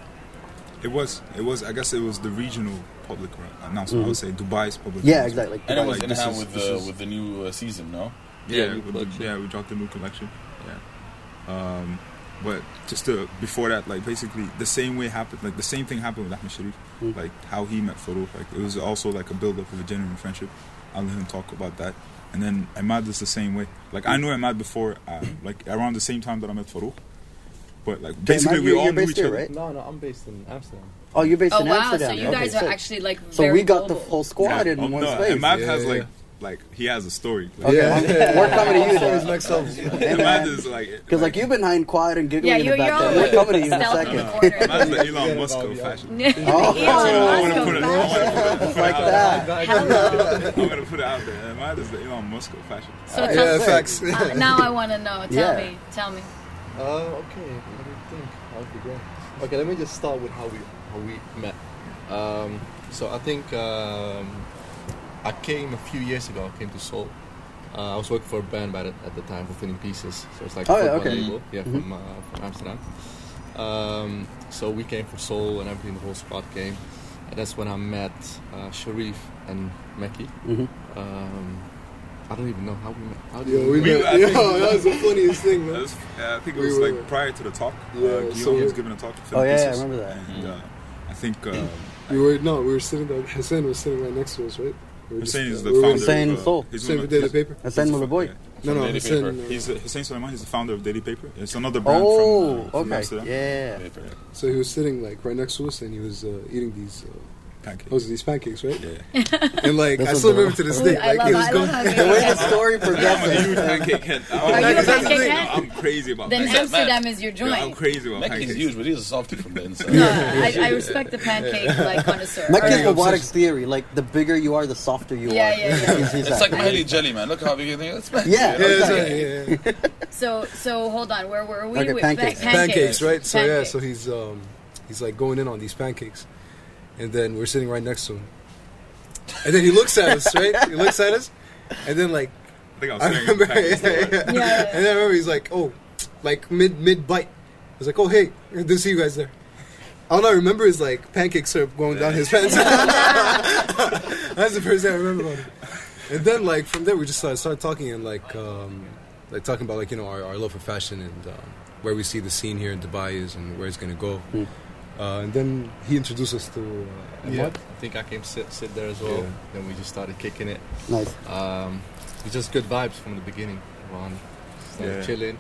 Speaker 1: it was. It was. I guess it was the regional public announcement. I would say Dubai's public.
Speaker 6: Yeah,
Speaker 1: announcement.
Speaker 6: exactly. Like,
Speaker 12: and it
Speaker 1: Like,
Speaker 12: was in
Speaker 1: this
Speaker 12: hand
Speaker 1: is-
Speaker 12: with
Speaker 1: this
Speaker 12: the
Speaker 1: is-
Speaker 12: with the new uh, season, no?
Speaker 1: Yeah,
Speaker 9: new
Speaker 1: we-
Speaker 9: collection.
Speaker 1: yeah, we dropped the new collection. Yeah. Um, but just to, before that, like basically the same way happened, like the same thing happened with Ahmed Sharif,
Speaker 6: Hmm.
Speaker 1: like how he met Farouk. Like it was also like a build up of a genuine friendship. I'll let him talk about that. And then Ahmad is the same way. Like I knew Ahmad before, uh, like around the same time that I met Farouk. But like basically
Speaker 6: Matt,
Speaker 1: we
Speaker 6: you're-
Speaker 1: all
Speaker 6: you're
Speaker 1: knew
Speaker 6: based
Speaker 1: each
Speaker 6: here,
Speaker 1: other.
Speaker 6: right?
Speaker 13: No, no, I'm based in Amsterdam.
Speaker 6: Oh, you're based
Speaker 11: Oh
Speaker 6: in
Speaker 11: wow!
Speaker 6: Amsterdam.
Speaker 11: So you
Speaker 6: Okay,
Speaker 11: guys
Speaker 6: sick.
Speaker 11: are actually like
Speaker 6: So
Speaker 11: very
Speaker 6: we got the
Speaker 11: global.
Speaker 6: full squad in
Speaker 1: Oh,
Speaker 6: one
Speaker 1: no,
Speaker 6: space.
Speaker 1: Ahmad
Speaker 10: Yeah,
Speaker 1: has
Speaker 10: yeah,
Speaker 1: like like he has a story. Like,
Speaker 6: Okay, I'm- we're coming to you.
Speaker 10: Always
Speaker 6: though.
Speaker 10: next level.
Speaker 6: Hey,
Speaker 1: Ahmad
Speaker 6: man.
Speaker 1: is like
Speaker 6: Because like you've been hiding quiet and giggling
Speaker 11: Yeah,
Speaker 6: in the
Speaker 11: you're, you're
Speaker 6: back
Speaker 11: all
Speaker 6: there. We're coming to you in a
Speaker 11: stealth in the
Speaker 6: second. Oh.
Speaker 11: corner.
Speaker 1: Ahmad's the Elon Musk of fashion. I want to put it. I want
Speaker 11: Elon Musk.
Speaker 1: to put it, put it
Speaker 6: Like
Speaker 1: out
Speaker 6: that.
Speaker 1: There.
Speaker 11: Hello.
Speaker 1: I'm gonna put it out there. Am I just the Elon Musk of fashion?
Speaker 11: So tell
Speaker 10: Yeah,
Speaker 11: me.
Speaker 10: facts.
Speaker 11: Uh, now I want to know. Tell
Speaker 6: Yeah.
Speaker 11: me. Tell me.
Speaker 13: Uh, okay, let me think. How to begin? Okay, let me just start with how we how we met. Um, so I think um, I came a few years ago. I came to Seoul. Uh, I was working for a band by the, at the time, Fulfilling Pieces. So it's like
Speaker 6: Oh, yeah,
Speaker 13: a football
Speaker 6: okay. Mm-hmm.
Speaker 13: label, yeah, from, uh, from Amsterdam. Um, so we came for Seoul and everything. The whole squad came, and that's when I met uh, Sharif and Mekki.
Speaker 6: Mhm.
Speaker 13: Um, I don't even know how we met. How did
Speaker 10: Yo, we
Speaker 1: We- I
Speaker 10: met. Yo,
Speaker 1: think-
Speaker 10: that was the funniest thing,
Speaker 1: That
Speaker 10: man.
Speaker 1: was, uh, I think it
Speaker 10: We
Speaker 1: was
Speaker 10: were-
Speaker 1: like prior to the talk. Uh,
Speaker 10: Yeah,
Speaker 1: Guillaume
Speaker 10: so-
Speaker 1: was giving a talk. To
Speaker 6: Oh, yeah,
Speaker 1: Philippines,
Speaker 6: yeah, I remember that.
Speaker 1: And uh, I think uh,
Speaker 10: We were no, we were sitting down. Hussein was sitting right next to us, right? We were
Speaker 1: Hussein
Speaker 10: just-
Speaker 1: is the
Speaker 10: we were-
Speaker 1: founder.
Speaker 6: Hussein
Speaker 1: of, uh,
Speaker 6: Soul.
Speaker 1: he's
Speaker 10: Hussein
Speaker 1: one of-
Speaker 10: did the paper.
Speaker 6: Hussein
Speaker 1: he's-
Speaker 6: Malaboy.
Speaker 10: No, no,
Speaker 12: Daily
Speaker 10: Hussein.
Speaker 12: paper.
Speaker 10: uh,
Speaker 1: He's uh, Hussein Sulaiman. He's the founder of Daily Paper. It's another brand
Speaker 6: Oh,
Speaker 1: from, uh, from
Speaker 6: okay.
Speaker 1: Amsterdam.
Speaker 6: Yeah.
Speaker 12: Paper.
Speaker 10: So he was sitting like right next to us, and he was uh, eating these uh,
Speaker 1: pancakes.
Speaker 10: Those are these pancakes, right?
Speaker 1: Yeah.
Speaker 10: And like,
Speaker 1: That's
Speaker 10: I
Speaker 1: what
Speaker 10: still
Speaker 1: they're-
Speaker 10: remember to this
Speaker 1: Ooh,
Speaker 10: day.
Speaker 1: Oh, I
Speaker 10: Like,
Speaker 1: love-
Speaker 10: it was
Speaker 1: I
Speaker 10: going.
Speaker 1: love how The way the story
Speaker 10: progresses-
Speaker 1: I'm a huge pancake head.
Speaker 10: Are you a
Speaker 1: That's the
Speaker 10: pancake
Speaker 1: thing.
Speaker 11: head?
Speaker 1: I'm crazy about
Speaker 11: Then
Speaker 1: pancakes.
Speaker 11: Amsterdam is your
Speaker 1: Yeah, I'm
Speaker 11: joint.
Speaker 1: crazy about
Speaker 12: Mackey's
Speaker 1: pancakes.
Speaker 12: huge, but he's a softy from the inside.
Speaker 11: I, I respect the pancake like connoisseur.
Speaker 6: Like his
Speaker 11: Alright.
Speaker 6: robotics theory, like the bigger you are, the softer you
Speaker 11: Yeah,
Speaker 6: are.
Speaker 11: yeah, yeah.
Speaker 6: He's- he's
Speaker 12: It's like
Speaker 6: that.
Speaker 12: Miley Jelly, man. Look how big it is. It's
Speaker 6: Yeah,
Speaker 12: Miley Jelly.
Speaker 6: yeah, yeah,
Speaker 11: So so hold on, where were we?
Speaker 10: okay,
Speaker 11: With-
Speaker 10: pancakes.
Speaker 11: back-
Speaker 10: pancakes, right? So yeah,
Speaker 11: Pancakes.
Speaker 10: so he's um, he's like going in on these pancakes, and then we're sitting right next to him, and then he looks at us, right? He looks at us, and then like I
Speaker 1: think I was staring at the
Speaker 10: remember,
Speaker 1: pancakes,
Speaker 10: yeah,
Speaker 1: right?
Speaker 10: yeah.
Speaker 1: Yeah, yeah, yeah.
Speaker 10: and then I remember he's like, oh, like mid mid bite, I was like, oh hey, good to see you guys there. All I remember is like pancake syrup going down his pants. That's the first thing I remember about it. And then like from there we just started, started talking and like um, like talking about like you know our, our love for fashion and um, where we see the scene here in Dubai is and where it's gonna go. Uh, and then he introduced us to uh,
Speaker 13: Yeah,
Speaker 10: Ahmad.
Speaker 13: I think I came sit sit there as well.
Speaker 10: Yeah.
Speaker 13: Then we just started kicking it.
Speaker 6: Nice.
Speaker 13: Um, it's just good vibes from the beginning. Around started
Speaker 10: Yeah.
Speaker 13: chilling.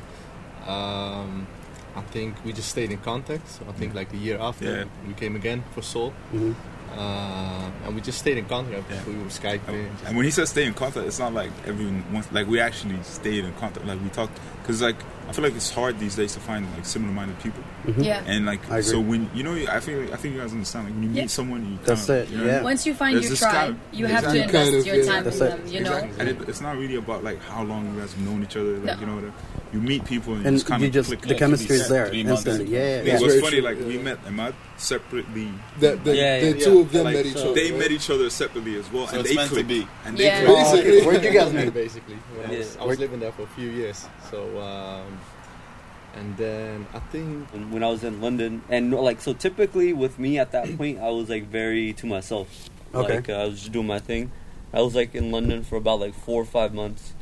Speaker 13: Um, I think we just stayed in contact. So I think like a year after
Speaker 1: Yeah.
Speaker 13: we came again for Seoul,
Speaker 1: Mhm.
Speaker 13: uh, and we just stayed in contact. We were skyping. just-
Speaker 1: And when he says stay in contact, it's not like everyone wants. Like we actually stayed in contact. Like we talked because like I feel like it's hard these days to find like similar-minded people.
Speaker 11: Mhm. Yeah.
Speaker 1: And like
Speaker 6: I agree.
Speaker 1: so when you know I think I think you guys understand like when you meet
Speaker 11: Yeah.
Speaker 1: someone you kind
Speaker 6: That's
Speaker 1: of,
Speaker 6: it,
Speaker 1: You know what I
Speaker 6: yeah.
Speaker 1: mean?
Speaker 11: Once you find
Speaker 1: There's
Speaker 11: your
Speaker 1: this
Speaker 11: tribe,
Speaker 1: kind of-
Speaker 11: you have to
Speaker 1: Exactly.
Speaker 11: invest your time
Speaker 1: That's
Speaker 11: with
Speaker 1: it.
Speaker 11: them, you know?
Speaker 1: Exactly. And it, it's not really about like how long you guys have known each other. Like
Speaker 11: No.
Speaker 1: you know, the, you meet people and,
Speaker 6: And
Speaker 1: you just kind
Speaker 6: you
Speaker 1: of
Speaker 6: just-
Speaker 1: click.
Speaker 6: the Yeah, chemistry is there
Speaker 1: Three months.
Speaker 6: instantly. Yeah, yeah, yeah.
Speaker 1: It was
Speaker 6: Very
Speaker 1: funny.
Speaker 6: true.
Speaker 1: Like we met Ahmad separately.
Speaker 10: That- that- Yeah, the yeah, two yeah. of them
Speaker 1: Like,
Speaker 10: met each other,
Speaker 1: They
Speaker 10: right?
Speaker 1: met each other separately as well,
Speaker 12: So
Speaker 1: and
Speaker 12: it's
Speaker 1: they
Speaker 12: meant to
Speaker 1: clicked.
Speaker 12: be.
Speaker 1: And
Speaker 11: Yeah.
Speaker 1: they clicked.
Speaker 6: Basically. Where'd you guys meet?
Speaker 13: Basically, when I, was,
Speaker 9: Yeah.
Speaker 13: I was living there for a few years. So um, and then I think
Speaker 9: when, when I was in London, and like so, typically with me at that point, I was like very to myself.
Speaker 6: Okay.
Speaker 9: Like uh, I was just doing my thing. I was like in London for about like four or five months,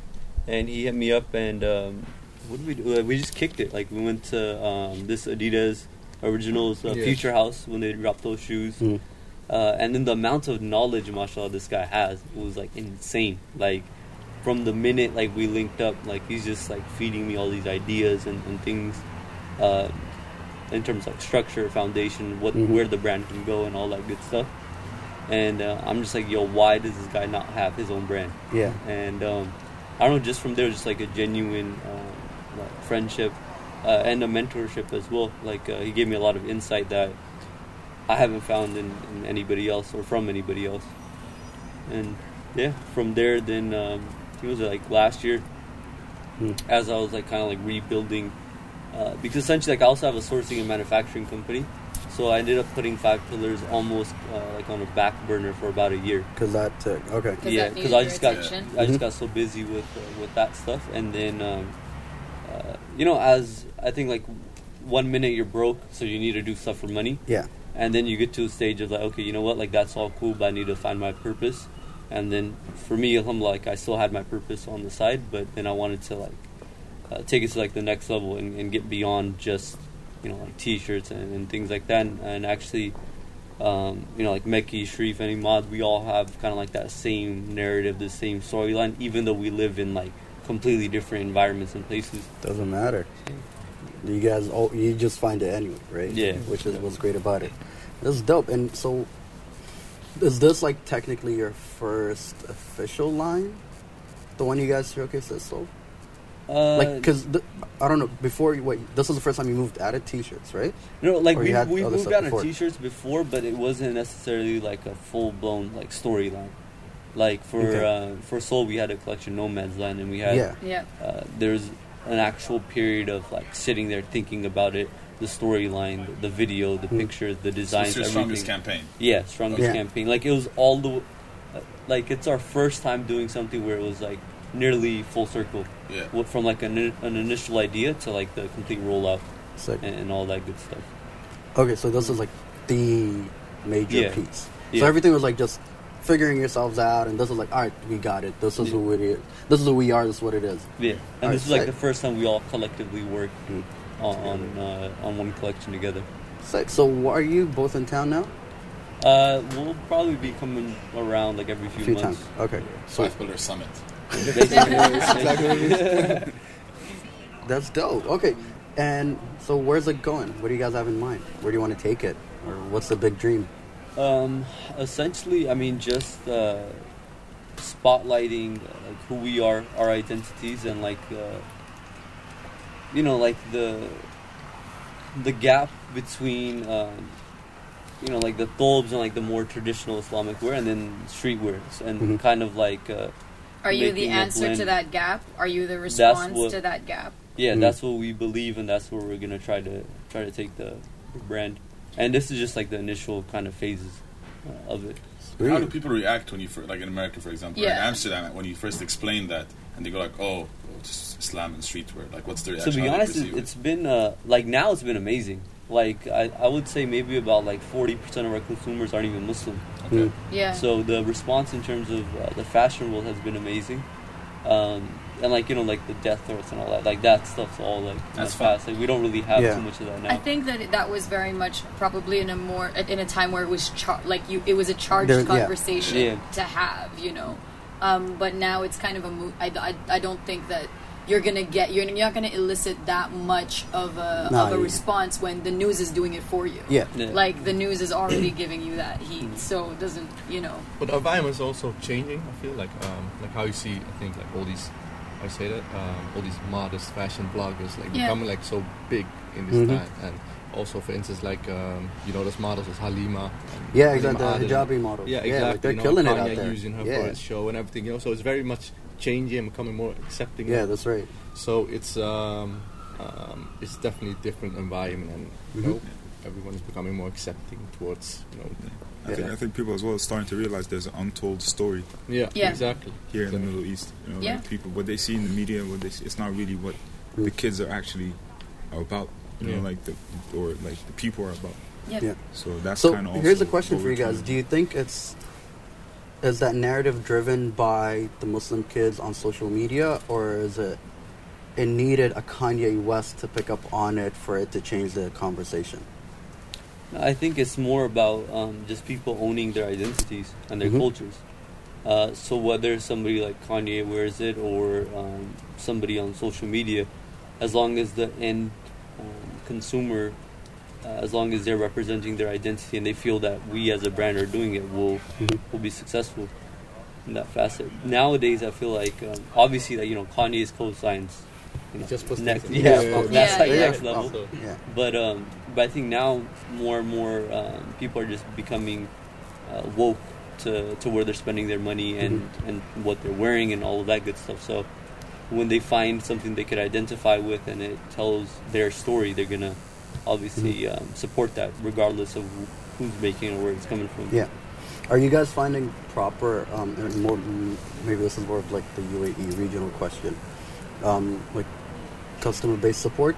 Speaker 9: and he hit me up, and um, what did we do? Like, we just kicked it. Like we went to um, this Adidas Originals uh,
Speaker 13: Yeah.
Speaker 9: Future House when they dropped those shoes.
Speaker 6: Mm.
Speaker 9: Uh, and then the amount of knowledge, mashallah, this guy has was like insane. Like from the minute like we linked up, like he's just like feeding me all these ideas and, and things uh, in terms of like, structure, foundation, what
Speaker 6: Mhm.
Speaker 9: where the brand can go, and all that good stuff. And uh, I'm just like, yo, why does this guy not have his own brand?
Speaker 6: Yeah.
Speaker 9: And um, I don't know, just from there, just like a genuine uh, like, friendship uh, and a mentorship as well. Like uh, he gave me a lot of insight that I haven't found in, in anybody else or from anybody else. And yeah, from there, then um, it was like last year,
Speaker 6: Hmm.
Speaker 9: as I was like kind of like rebuilding, uh, because essentially like I also have a sourcing and manufacturing company, so I ended up putting Five Pillars almost uh, like on a back burner for about a year.
Speaker 6: Cause that took okay.
Speaker 9: yeah,
Speaker 11: that
Speaker 9: because
Speaker 11: needed
Speaker 9: I
Speaker 11: your
Speaker 9: just got
Speaker 11: attention.
Speaker 9: I just
Speaker 6: Mhm.
Speaker 9: got so busy with uh, with that stuff, and then um, uh, you know, as I think like one minute you're broke, so you need to do stuff for money.
Speaker 6: Yeah.
Speaker 9: And then you get to a stage of like, okay, you know what? Like that's all cool, but I need to find my purpose. And then for me, alhamdulillah, like I still had my purpose on the side, but then I wanted to like uh, take it to like the next level and, and get beyond just you know like t-shirts and, and things like that, and, and actually. Um, you know, like Mekki, Sharif, and Imad, we all have kind of like that same narrative, the same storyline, even though we live in like completely different environments and places.
Speaker 6: Doesn't matter. You guys, all, you just find it anyway, right?
Speaker 9: Yeah.
Speaker 6: Which is what's great about it. That's dope. And so, is this like technically your first official line? The one you guys showcased at Seoul?
Speaker 9: Uh,
Speaker 6: like, because I don't know. Before you, wait, this is the first time you moved out of t-shirts, right?
Speaker 9: No, like
Speaker 6: Or
Speaker 9: we,
Speaker 6: you had
Speaker 9: we
Speaker 6: other
Speaker 9: moved
Speaker 6: stuff
Speaker 9: out
Speaker 6: before?
Speaker 9: of t-shirts before, but it wasn't necessarily like a full blown like storyline. Like for
Speaker 6: Okay.
Speaker 9: uh, for Soul, we had a collection Nomads Land, and we had
Speaker 6: Yeah.
Speaker 11: Yeah.
Speaker 9: Uh, there's an actual period of like sitting there thinking about it, the storyline, the, the video, the
Speaker 6: Mm.
Speaker 9: pictures, the designs,
Speaker 12: So it's your
Speaker 9: everything.
Speaker 12: strongest campaign.
Speaker 9: Yeah, strongest
Speaker 6: Yeah.
Speaker 9: campaign. Like it was all the, w- uh, like it's our first time doing something where it was like nearly full circle.
Speaker 12: Yeah.
Speaker 9: What- From like an, in- an initial idea to like the complete rollout
Speaker 6: Sick.
Speaker 9: and, and all that good stuff.
Speaker 6: Okay, so this is like the major
Speaker 9: Yeah.
Speaker 6: piece.
Speaker 9: Yeah.
Speaker 6: So everything was like just figuring yourselves out, and this is like, all right, we got it. This is
Speaker 9: Yeah.
Speaker 6: who it is. This is who we are. This is what it is.
Speaker 9: Yeah, and
Speaker 6: Alright,
Speaker 9: this is like
Speaker 6: sick.
Speaker 9: the first time we all collectively worked on on, uh, on one collection together.
Speaker 6: Sick. So wh- are you both in town now?
Speaker 9: Uh, we'll probably be coming around like every few,
Speaker 6: few
Speaker 9: months.
Speaker 6: times. Okay. So
Speaker 12: Five Pillar Summit.
Speaker 9: Basically.
Speaker 6: that's dope. Okay. And so where's it going? What do you guys have in mind? Where do you want to take it? Or what's the big dream?
Speaker 9: Um, essentially, I mean, just uh, spotlighting uh, like, who we are, our identities, and like uh, you know, like the the gap between um, you know, like the tholbs and like the more traditional Islamic wear, and then streetwears, and
Speaker 6: Mhm.
Speaker 9: kind of like. Uh,
Speaker 11: Are you the
Speaker 9: making a
Speaker 11: answer to
Speaker 9: blend.
Speaker 11: that gap? Are you the
Speaker 9: That's
Speaker 11: response
Speaker 9: what-
Speaker 11: to that gap?
Speaker 9: Yeah,
Speaker 6: Mm.
Speaker 9: that's what we believe, and that's where we're gonna try to try to take the brand. And this is just like the initial kind of phases uh, of it.
Speaker 12: How do people react when you, fir- like in America, for example, in
Speaker 11: Yeah.
Speaker 12: Amsterdam, when you first explain that, and they go like, "Oh, it's just Islam and streetwear." Like, what's their
Speaker 9: to
Speaker 12: reaction?
Speaker 9: be
Speaker 12: How do they
Speaker 9: honest, it,
Speaker 12: perceive it?
Speaker 9: it's been uh, like now it's been amazing. Like I, I would say maybe about like forty percent of our consumers aren't even Muslim.
Speaker 13: Hmm.
Speaker 12: Okay.
Speaker 11: Yeah.
Speaker 9: So the response in terms of uh, the fashion world has been amazing, um, and like you know like the death threats and all that, like that stuff's all like
Speaker 12: That's
Speaker 9: that's
Speaker 12: fun.
Speaker 9: fast. Like we don't really have
Speaker 6: Yeah.
Speaker 9: too much of that now.
Speaker 11: I think that it- that was very much probably in a more in a time where it was char- like you it was a charged
Speaker 6: There- yeah.
Speaker 11: conversation
Speaker 9: Yeah.
Speaker 11: to have, you know. Um, but now it's kind of a mo- I, I, I don't think that you're gonna get you're, you're not gonna elicit that much of a
Speaker 6: No,
Speaker 11: of a
Speaker 6: you-
Speaker 11: response when the news is doing it for you.
Speaker 6: Yeah.
Speaker 9: Yeah. Mm-hmm.
Speaker 11: Like the news is already giving you that heat, so it doesn't you know?
Speaker 13: But the environment's also changing. I feel like um, like how you see. I think like all these, I say that um, all these modest fashion bloggers like
Speaker 11: Yeah.
Speaker 13: becoming like so big in this
Speaker 6: Mhm.
Speaker 13: time. And also, for instance, like um, you know those models as Halima. and
Speaker 6: Yeah,
Speaker 13: Halima
Speaker 6: exactly, the
Speaker 13: Aden.
Speaker 6: hijabi models.
Speaker 13: Yeah,
Speaker 6: Yeah,
Speaker 13: exactly.
Speaker 6: like, they're
Speaker 13: you know,
Speaker 6: killing it
Speaker 13: Kanye
Speaker 6: out there.
Speaker 13: using her
Speaker 6: Yeah.
Speaker 13: for his show and everything. You know, so it's very much changing and becoming more accepting.
Speaker 6: Yeah,
Speaker 13: of-
Speaker 6: that's right.
Speaker 13: so it's um, um, it's definitely a different environment, and you
Speaker 6: Mm-hmm.
Speaker 13: know, everyone is becoming more accepting towards you know.
Speaker 1: I, think, I think people as well are starting to realize there's an untold story
Speaker 13: Yeah,
Speaker 11: Yeah.
Speaker 13: exactly.
Speaker 1: here in the Middle East. You know,
Speaker 11: Yeah.
Speaker 1: like people, what they see in the media, what they see, it's not really what the
Speaker 6: Mm.
Speaker 1: kids are actually about. You know,
Speaker 13: Yeah.
Speaker 1: like the or like the people are about.
Speaker 6: Yeah.
Speaker 1: So that's
Speaker 6: so
Speaker 1: kind of.
Speaker 6: here's a question for you guys: Do you think it's is that narrative driven by the Muslim kids on social media, or is it it needed a Kanye West to pick up on it for it to change the conversation?
Speaker 9: I think it's more about um, just people owning their identities and their
Speaker 6: Mhm.
Speaker 9: cultures. Uh, so whether somebody like Kanye wears it or um, somebody on social media, as long as the end um, consumer, uh, as long as they're representing their identity and they feel that we as a brand are doing it, will will be successful in that facet. Nowadays, I feel like um, obviously that you know Kanye's co-signs. You know,
Speaker 13: just posted
Speaker 9: next,
Speaker 13: something.
Speaker 9: yeah,
Speaker 13: Yeah, yeah,
Speaker 9: that's
Speaker 11: yeah.
Speaker 9: like
Speaker 11: Yeah,
Speaker 9: next
Speaker 13: yeah.
Speaker 9: level.
Speaker 13: So-
Speaker 6: Oh, Yeah.
Speaker 9: But um, but I think now more and more um, people are just becoming uh, woke to, to where they're spending their money and, and what they're wearing and all of that good stuff. So when they find something they could identify with and it tells their story, they're gonna obviously um, support that regardless of wh- who's making it or where it's coming from.
Speaker 6: Yeah. Are you guys finding proper, um, and more, mm, maybe this is more of like the UAE regional question, um, like customer based support?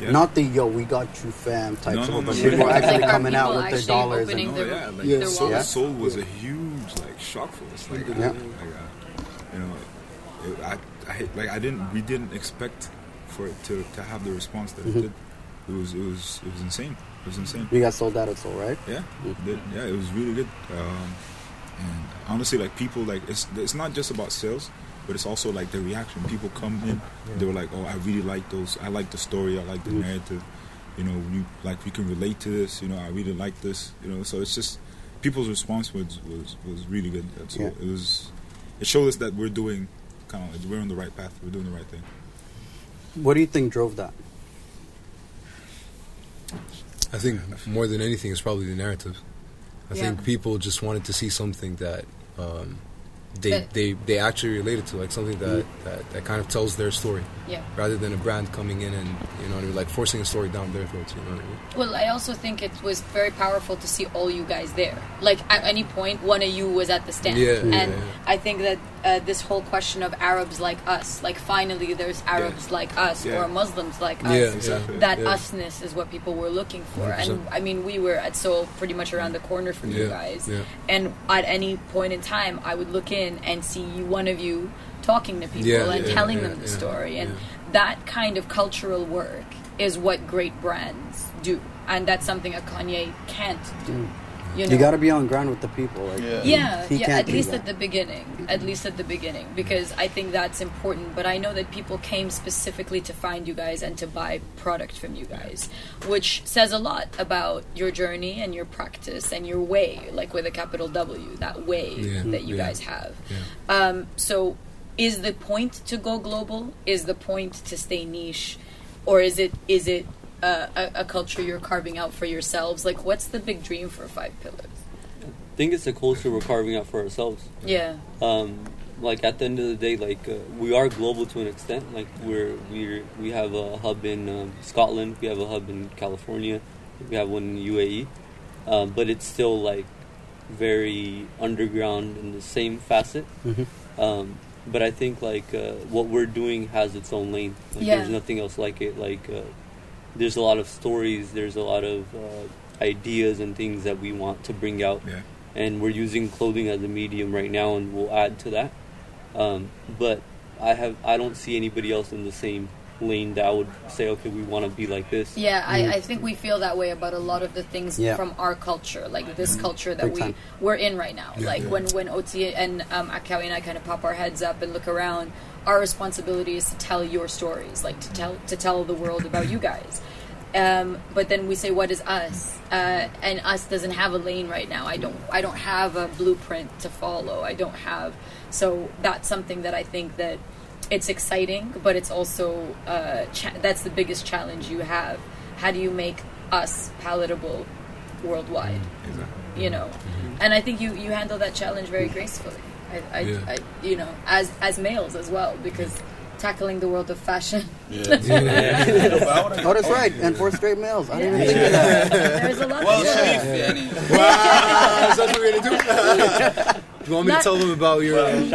Speaker 1: Yeah.
Speaker 6: Not the yo, we got you fam type
Speaker 1: No, no,
Speaker 6: support,
Speaker 1: no,
Speaker 6: but
Speaker 1: no.
Speaker 6: people
Speaker 1: Like,
Speaker 6: actually
Speaker 11: are
Speaker 6: coming out
Speaker 11: people
Speaker 6: with their
Speaker 11: actually
Speaker 6: dollars
Speaker 11: opening
Speaker 6: and
Speaker 1: No,
Speaker 11: their-
Speaker 1: Oh, yeah, like
Speaker 10: Yeah.
Speaker 1: Soul,
Speaker 6: Yeah.
Speaker 1: Soul was a huge like shock for us. Like,
Speaker 6: Yeah.
Speaker 1: I, like I, you know, it, I, I hate- like I didn't we didn't expect for it to, to have the response that it
Speaker 6: Mhm.
Speaker 1: did. It was it was it was insane. It was insane.
Speaker 6: you guys sold out at Soul, right?
Speaker 1: Yeah, it did. yeah, it was really good. Um, and honestly, like people, like it's it's not just about sales, but it's also like the reaction. People come in, they were like, "Oh, I really like those. I like the story. I like the narrative. You know, we like we can relate to this. You know, I really like this. You know, so it's just people's response was was was really good. So
Speaker 6: Yeah.
Speaker 1: it was it showed us that we're doing kind of like we're on the right path. We're doing the right thing.
Speaker 6: What do you think drove that?
Speaker 14: I think more than anything is probably the narrative. I
Speaker 11: Yeah.
Speaker 14: think people just wanted to see something that um, they,
Speaker 11: That- Mm-hmm.
Speaker 14: they they actually related to, like something that, that, that kind of tells their story,
Speaker 11: Yeah.
Speaker 14: rather than a brand coming in and you know like forcing a story down their throats. You know what I mean?
Speaker 11: Well, I also think it was very powerful to see all you guys there. Like at any point, one of you was at the stand,
Speaker 14: Yeah,
Speaker 11: and
Speaker 14: yeah, yeah.
Speaker 11: I think that uh, this whole question of Arabs like us, like finally there's Arabs like us
Speaker 1: Yeah.
Speaker 11: or Muslims like us.
Speaker 14: Yeah, exactly.
Speaker 11: That
Speaker 14: Yeah.
Speaker 11: usness is what people were looking for, and
Speaker 14: 100%.
Speaker 11: I mean we were at Seoul pretty much around the corner from you
Speaker 14: Yeah,
Speaker 11: guys,
Speaker 14: yeah.
Speaker 11: and at any point in time, I would look in and see you, one of you talking to people
Speaker 14: Yeah,
Speaker 11: and
Speaker 14: yeah,
Speaker 11: telling
Speaker 14: yeah,
Speaker 11: them the
Speaker 14: yeah,
Speaker 11: story and
Speaker 14: yeah.
Speaker 11: that kind of cultural work is what great brands do and that's something a kanye can't do You, know?
Speaker 6: Mm. You gotta be on ground with the people. Like,
Speaker 11: Yeah,
Speaker 6: he-
Speaker 11: yeah,
Speaker 6: he can't
Speaker 11: at
Speaker 6: do
Speaker 11: least
Speaker 6: that.
Speaker 11: at the beginning. At least at the beginning, because I think that's important. But I know that people came specifically to find you guys and to buy product from you guys, which says a lot about your journey and your practice and your way, like with a capital W, that way
Speaker 15: Yeah.
Speaker 11: that you
Speaker 15: Yeah.
Speaker 11: guys have. Um, so, is the point to go global? Is the point to stay niche, or is it is it uh, a, a culture you're carving out for yourselves? Like, what's the big dream for Five Pillars?
Speaker 9: I think it's a culture we're carving out for ourselves.
Speaker 11: Yeah.
Speaker 9: Um, like at the end of the day, like uh, we are global to an extent. Like we're we we have a hub in um, Scotland, we have a hub in California, we have one in UAE, um, but it's still like very underground in the same facet.
Speaker 6: Mhm.
Speaker 9: Um, but I think like uh, what we're doing has its own lane. Like,
Speaker 11: Yeah.
Speaker 9: There's nothing else like it. Like uh, there's a lot of stories. There's a lot of uh, ideas and things that we want to bring out.
Speaker 1: Yeah.
Speaker 9: And we're using clothing as a medium right now, and we'll add to that. Um, but I have I don't see anybody else in the same lane that I would say, okay, we want to be like this.
Speaker 11: Yeah, I, I think we feel that way about a lot of the things
Speaker 9: Yeah.
Speaker 11: from our culture, like this culture that
Speaker 9: Big
Speaker 11: we
Speaker 9: time.
Speaker 11: we're in right now.
Speaker 9: Yeah.
Speaker 11: like when when OTA and um, Akawi and I kind of pop our heads up and look around, our responsibility is to tell your stories, like to tell to tell the world about you guys. Um, but then we say, what is us? Uh, and us doesn't have a lane right now. I don't I don't have a blueprint to follow. I don't have so that's something that I think that it's exciting, but it's also uh, cha- that's the biggest challenge you have. How do you make us palatable worldwide?
Speaker 9: Mm.
Speaker 11: You know, and I think you you handle that challenge very gracefully. I, I,
Speaker 15: Yeah.
Speaker 11: I you know as as males as well because tackling the world of fashion.
Speaker 6: Yeah. oh, that's right. And four straight males. I didn't even think of that.
Speaker 11: There's a lot. Well,
Speaker 14: Uh,
Speaker 10: Wow, that's what we're gonna do. do you want me to
Speaker 12: Not-
Speaker 10: tell them about your?
Speaker 12: Well,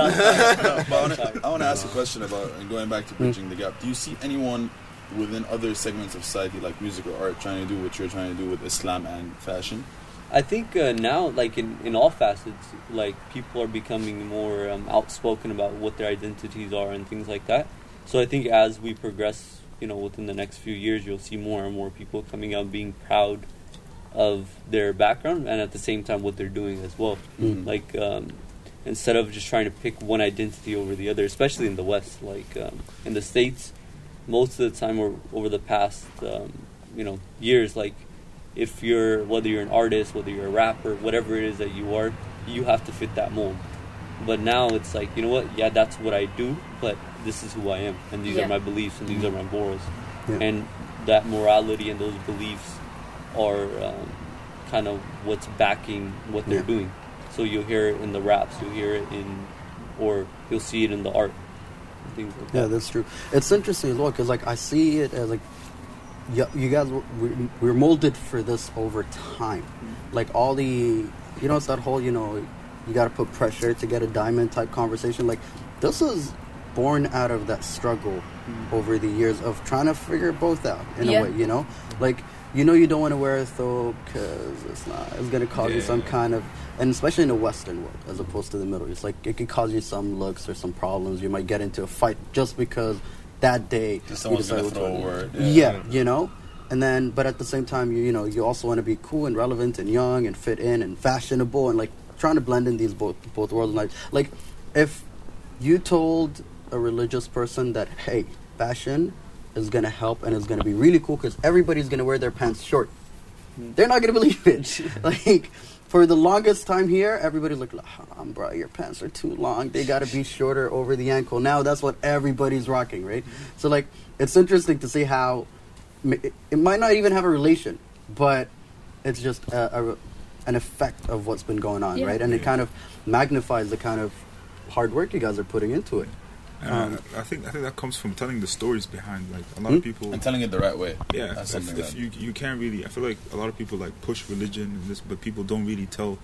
Speaker 12: but I wanna- I want to ask a question about and going back to bridging the gap. Do you see anyone within other segments of society, like music or art, trying to do what you're trying to do with Islam and fashion?
Speaker 9: I think uh, now, like in, in all facets, like people are becoming more um, outspoken about what their identities are and things like that. So I think as we progress, you know, within the next few years, you'll see more and more people coming out being proud of their background and at the same time what they're doing as well.
Speaker 16: Mm.
Speaker 9: Like um, instead of just trying to pick one identity over the other, especially in the West, like um, in the states, most of the time or over the past um, you know years, like if you're whether you're an artist, whether you're a rapper, whatever it is that you are, you have to fit that mold. But now it's like you know what? Yeah, that's what I do, but this is who I am, and these
Speaker 16: Yeah.
Speaker 9: are my beliefs, and these are my morals,
Speaker 16: Yeah.
Speaker 9: and that morality and those beliefs are um, kind of what's backing what they're
Speaker 16: Yeah.
Speaker 9: doing. So you'll hear it in the raps, you'll hear it in, or you'll see it in the art, and things like
Speaker 6: Yeah,
Speaker 9: that.
Speaker 6: that's true. It's interesting as well because like I see it as like y- you guys were- we- we're molded for this over time. Like all the you know it's that whole you know you got to put pressure to get a diamond type conversation. Like this is born out of that struggle over the years of trying to figure both out in
Speaker 16: Mm. Yeah.
Speaker 6: a way. You know, like you know you don't want to wear a thobe because it's not it's gonna cause you
Speaker 16: Yeah.
Speaker 6: some kind of and especially in the Western world as opposed to the Middle East, like it could cause you some looks or some problems. You might get into a fight just because that day
Speaker 12: Just
Speaker 6: you
Speaker 12: someone's gonna
Speaker 6: decided
Speaker 12: throw
Speaker 6: what
Speaker 12: a word,
Speaker 6: to-
Speaker 12: yeah. Mm-hmm.
Speaker 6: Yeah. you know, and then but at the same time, you you know, you also want to be cool and relevant and young and fit in and fashionable and like trying to blend in these both both worlds. Like like if you told a religious person that hey, fashion is gonna help and it's gonna be really cool because everybody's gonna wear their pants short they're not gonna believe it. like for the longest time here, everybody's like, "Haram, bro, your pants are too long. They gotta be shorter over the ankle." Now that's what everybody's rocking, right? So like, it's interesting to see how m- it it might not even have a relation, but it's just a, a, an effect of what's been going on,
Speaker 16: Yeah.
Speaker 6: right? And it
Speaker 16: Yeah.
Speaker 6: kind of magnifies the kind of hard work you guys are putting into it.
Speaker 1: And I- I think I think that comes from telling the stories behind like a lot
Speaker 6: Hmm?
Speaker 1: of people
Speaker 12: And telling it the right way.
Speaker 1: Yeah,
Speaker 12: That's
Speaker 1: if,
Speaker 12: something
Speaker 1: if
Speaker 12: that-
Speaker 1: you you can't really, I feel like a lot of people like push religion and this, but people don't really tell,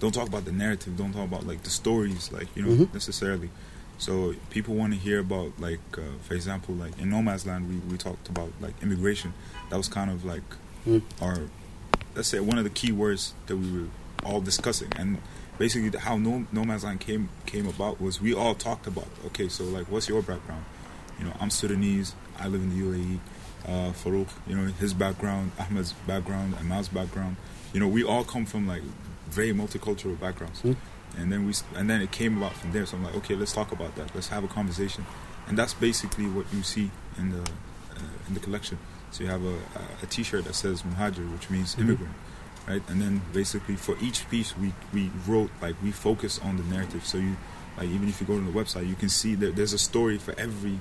Speaker 1: don't talk about the narrative, don't talk about like the stories, like you know
Speaker 12: Mhm.
Speaker 1: necessarily. So people want to hear about like, uh, for example, like in No Man's Land, we we talked about like immigration. That was kind of like
Speaker 12: Hmm.
Speaker 6: Mm.
Speaker 1: our, let's say one of the key words that we were all discussing and. Basically, how no, no Man's Land came came about was we all talked about. Okay, so like, what's your background? You know, I'm Sudanese. I live in the UAE. Uh, Farouk, you know, his background, Ahmed's background, Amal's background. You know, we all come from like very multicultural backgrounds. And then we s- and then it came about from there. So I'm like, okay, let's talk about that. Let's have a conversation. And that's basically what you see in the uh, in the collection. So you have a, a, a T-shirt that says Muhajir, which means
Speaker 6: Mhm.
Speaker 1: immigrant, right? And then basically for each piece, we we wrote like we focus on the narrative. So you like even if you go to the website, you can see that there's a story for every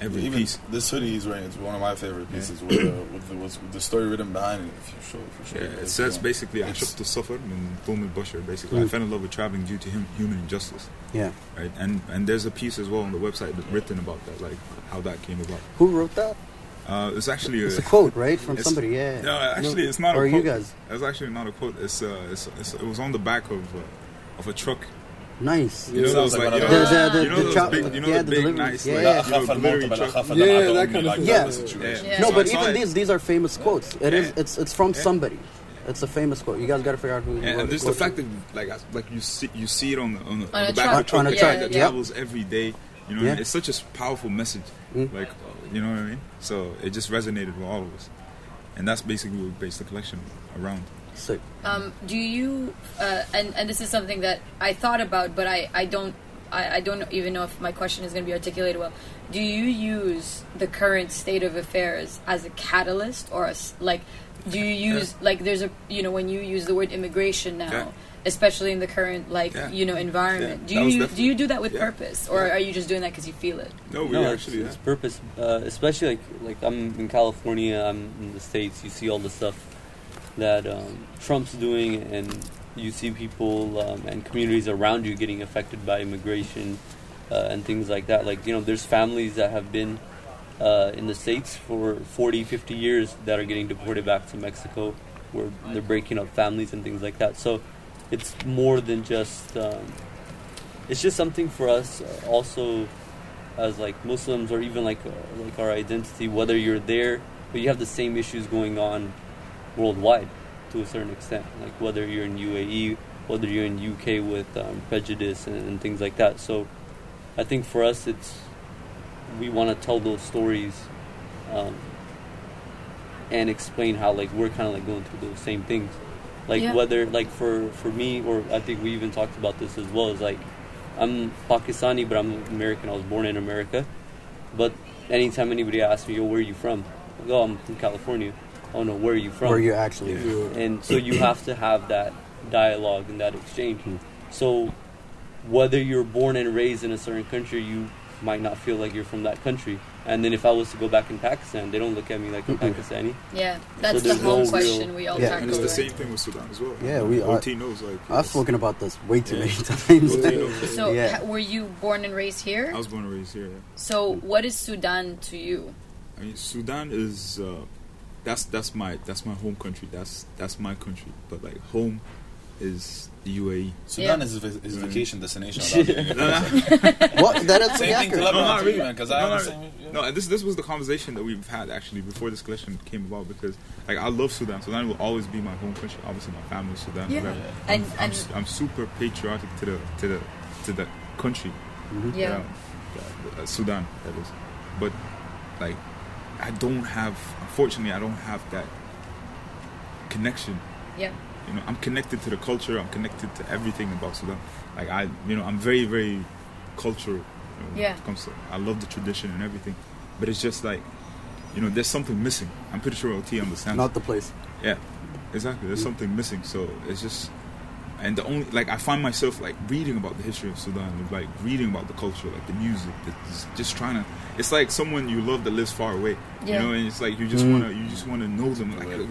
Speaker 1: every
Speaker 12: Even
Speaker 1: piece.
Speaker 12: this hoodie he's wearing is one of my favorite pieces with, the, with, the, with the story written behind it. If you show, if you show
Speaker 1: Yeah,
Speaker 12: if
Speaker 1: it
Speaker 12: you
Speaker 1: says
Speaker 12: want.
Speaker 1: basically I shook to suffer and Thumil Bashar basically. I
Speaker 12: Mm.
Speaker 1: fell in love with traveling due to him, human injustice.
Speaker 6: Yeah.
Speaker 1: Right. And and there's a piece as well on the website that written about that, like how that came about.
Speaker 6: Who wrote that?
Speaker 1: Uh, it's actually a,
Speaker 6: It's a quote, right? From
Speaker 1: it's-
Speaker 6: somebody, yeah.
Speaker 1: No, actually, it's not.
Speaker 6: Or
Speaker 1: a
Speaker 6: you
Speaker 1: quote.
Speaker 6: guys.
Speaker 1: It's actually not a quote. It's, uh, it's, it's it was on the back of uh, of a truck.
Speaker 6: Nice.
Speaker 1: You know
Speaker 6: Sounds
Speaker 1: those like,
Speaker 6: like
Speaker 1: you know,
Speaker 6: one of those- The- the-
Speaker 1: you know
Speaker 6: the
Speaker 1: those
Speaker 6: chop-
Speaker 1: big, you know
Speaker 6: yeah,
Speaker 1: the
Speaker 6: the
Speaker 1: big
Speaker 6: deliveries.
Speaker 1: nice,
Speaker 6: Yeah,
Speaker 1: like,
Speaker 6: yeah.
Speaker 1: you know,
Speaker 6: Yeah.
Speaker 1: delivery truck.
Speaker 12: Yeah, that kind of thing.
Speaker 6: yeah.
Speaker 1: Yeah.
Speaker 6: No,
Speaker 1: So
Speaker 6: but
Speaker 1: I saw
Speaker 6: even
Speaker 1: it.
Speaker 6: these these are famous quotes. It is.
Speaker 1: Yeah.
Speaker 6: It's it's from
Speaker 1: Yeah.
Speaker 6: somebody. It's a famous quote. You guys got to figure out who.
Speaker 1: And,
Speaker 6: wrote
Speaker 1: and
Speaker 6: the
Speaker 1: just the
Speaker 6: quote.
Speaker 1: fact that like I- like you see you see it on the on the,
Speaker 6: On
Speaker 1: on
Speaker 6: a
Speaker 1: the back
Speaker 6: truck.
Speaker 1: of a truck
Speaker 6: On a
Speaker 1: that-
Speaker 6: truck,
Speaker 1: that
Speaker 6: yeah.
Speaker 1: travels every day. You know, what I
Speaker 6: Yeah. Mm-hmm.
Speaker 1: mean? it's such a s- powerful message. Like you know what I mean? So it just resonated with all of us, and that's basically what we based the collection around.
Speaker 6: Sick.
Speaker 11: Um, do you? Uh, and and this is something that I thought about, but I I don't I, I don't even know if my question is going to be articulated well. Do you use the current state of affairs as a catalyst or as like? Do you use like there's a you know when you use the word immigration now,
Speaker 1: Yeah.
Speaker 11: especially in the current like
Speaker 1: Yeah.
Speaker 11: you know environment?
Speaker 9: Yeah,
Speaker 11: Do
Speaker 9: that was
Speaker 11: you
Speaker 9: definitely-
Speaker 11: do you do that with
Speaker 9: yeah.
Speaker 11: purpose, or are you just doing that because you feel it?
Speaker 9: it's- it's purpose, uh, especially like like I'm in California, I'm in the states. You see all the stuff that um, Trump's doing, and you see people um, and communities around you getting affected by immigration uh, and things like that. Like you know, there's families that have been uh, in the states for 40, 50 years that are getting deported back to Mexico, where they're breaking up families and things like that. So it's more than just. Um, it's just something for us uh, also as like Muslims or even like uh, like our identity whether you're there but you have the same issues going on worldwide to a certain extent like whether you're in UAE whether you're in UK with um, prejudice and, and things like that so I think for us it's we want to tell those stories um, and explain how like we're kind of like going through those same things like
Speaker 15: Yeah.
Speaker 9: whether like for for me or i think we even talked about this as well is like i'm pakistani but i'm american i was born in america but anytime anybody asks me yo where are you from I go, oh i'm from california oh no where are you from
Speaker 6: Where you actually from.
Speaker 9: and so you have to have that dialogue and that exchange so whether you're born and raised in a certain country you might not feel like you're from that country and then if i was to go back in pakistan they don't look at me like i'm pakistani
Speaker 11: Yeah, that's
Speaker 9: there's
Speaker 11: the whole
Speaker 9: no
Speaker 11: question we all
Speaker 1: and
Speaker 11: tackle.
Speaker 1: it's the
Speaker 11: right?
Speaker 1: same thing with Sudan as well.
Speaker 6: Yeah, we are.
Speaker 1: OT knows like
Speaker 6: I've spoken about this way too many times.
Speaker 1: OT knows.
Speaker 11: So,
Speaker 6: yeah.
Speaker 11: ha- were you born and raised here?
Speaker 1: I was born and raised here. Yeah.
Speaker 11: So, what is Sudan to you?
Speaker 1: I mean, Sudan is uh, that's that's my that's my home country. That's that's my country. But like home is the UAE.
Speaker 12: Sudan Yeah. is his- his
Speaker 1: You know what I
Speaker 12: vacation
Speaker 1: mean?
Speaker 12: destination, I don't
Speaker 1: No, no.
Speaker 12: What? That is Same thing accurate. to Lebanon
Speaker 1: No, not
Speaker 12: too,
Speaker 1: really.
Speaker 12: man, 'cause I
Speaker 1: no,
Speaker 12: have the
Speaker 1: not
Speaker 12: same-
Speaker 1: really. No, and this this was the conversation that we've had actually before this collection came about because like I love Sudan. Sudan will always be my home country. Obviously, my family is Sudan.
Speaker 11: Yeah.
Speaker 1: whatever.
Speaker 11: And-
Speaker 1: I'm, I'm,
Speaker 11: and-
Speaker 1: s- I'm super patriotic to the to the to the country.
Speaker 11: Yeah.
Speaker 1: Yeah, uh, Sudan that is. But like I don't have unfortunately I don't have that connection.
Speaker 11: Yeah.
Speaker 1: You know, I'm connected to the culture, I'm connected to everything about Sudan. Like I you know, I'm very, very cultural. you know, when
Speaker 11: Yeah.
Speaker 1: It comes to I love the tradition and everything. But it's just like you know, there's something missing. I'm pretty sure LT understands.
Speaker 6: Not the place.
Speaker 1: Yeah, exactly. There's something missing. So it's just, and the only like I find myself like reading about the history of Sudan, like reading about the culture, like the music, the, just, just trying to. It's like someone you love that lives far away.
Speaker 6: Yeah.
Speaker 1: You know, and it's like you just
Speaker 6: Mm.
Speaker 1: wanna you just wanna know them like really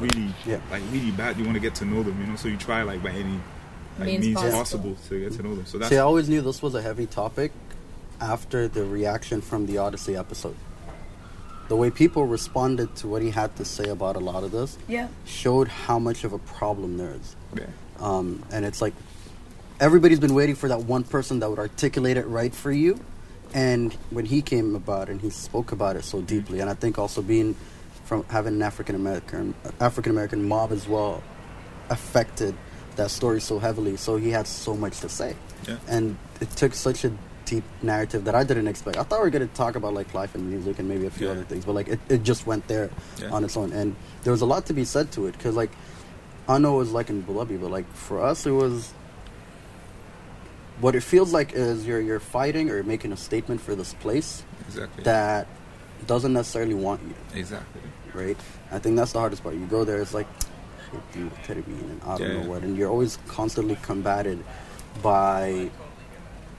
Speaker 1: like really bad. You wanna get to know them. You know, so you try like by any like means,
Speaker 11: Means possible.
Speaker 1: possible. to get to know them. So that's
Speaker 6: See, I always knew this was a heavy topic after the reaction from the Odyssey episode. The way people responded to what he had to say about a lot of this
Speaker 11: Yeah.
Speaker 6: showed how much of a problem there is.
Speaker 1: Yeah.
Speaker 6: Um, and it's like everybody's been waiting for that one person that would articulate it right for you. And when he came about and he spoke about it so
Speaker 1: Mm-hmm.
Speaker 6: deeply, and I think also being from having an African American African American mob as well affected that story so heavily. So he had so much to say,
Speaker 1: Yeah.
Speaker 6: and it took such a deep narrative that I didn't expect. I thought we were going to talk about like life and music and maybe a few other things, but like it, it just went there
Speaker 1: Yeah.
Speaker 6: on its own. And there was a lot to be said to it because like I know it was like in Bulabhi, but like for us, it was what it feels like is you're you're fighting or making a statement for this place
Speaker 1: Exactly.
Speaker 6: that doesn't necessarily want you,
Speaker 1: Exactly.
Speaker 6: right? I think that's the hardest part. You go there, it's like shit, you better be in and I don't
Speaker 1: Yeah,
Speaker 6: know
Speaker 1: yeah.
Speaker 6: what, and you're always constantly combated by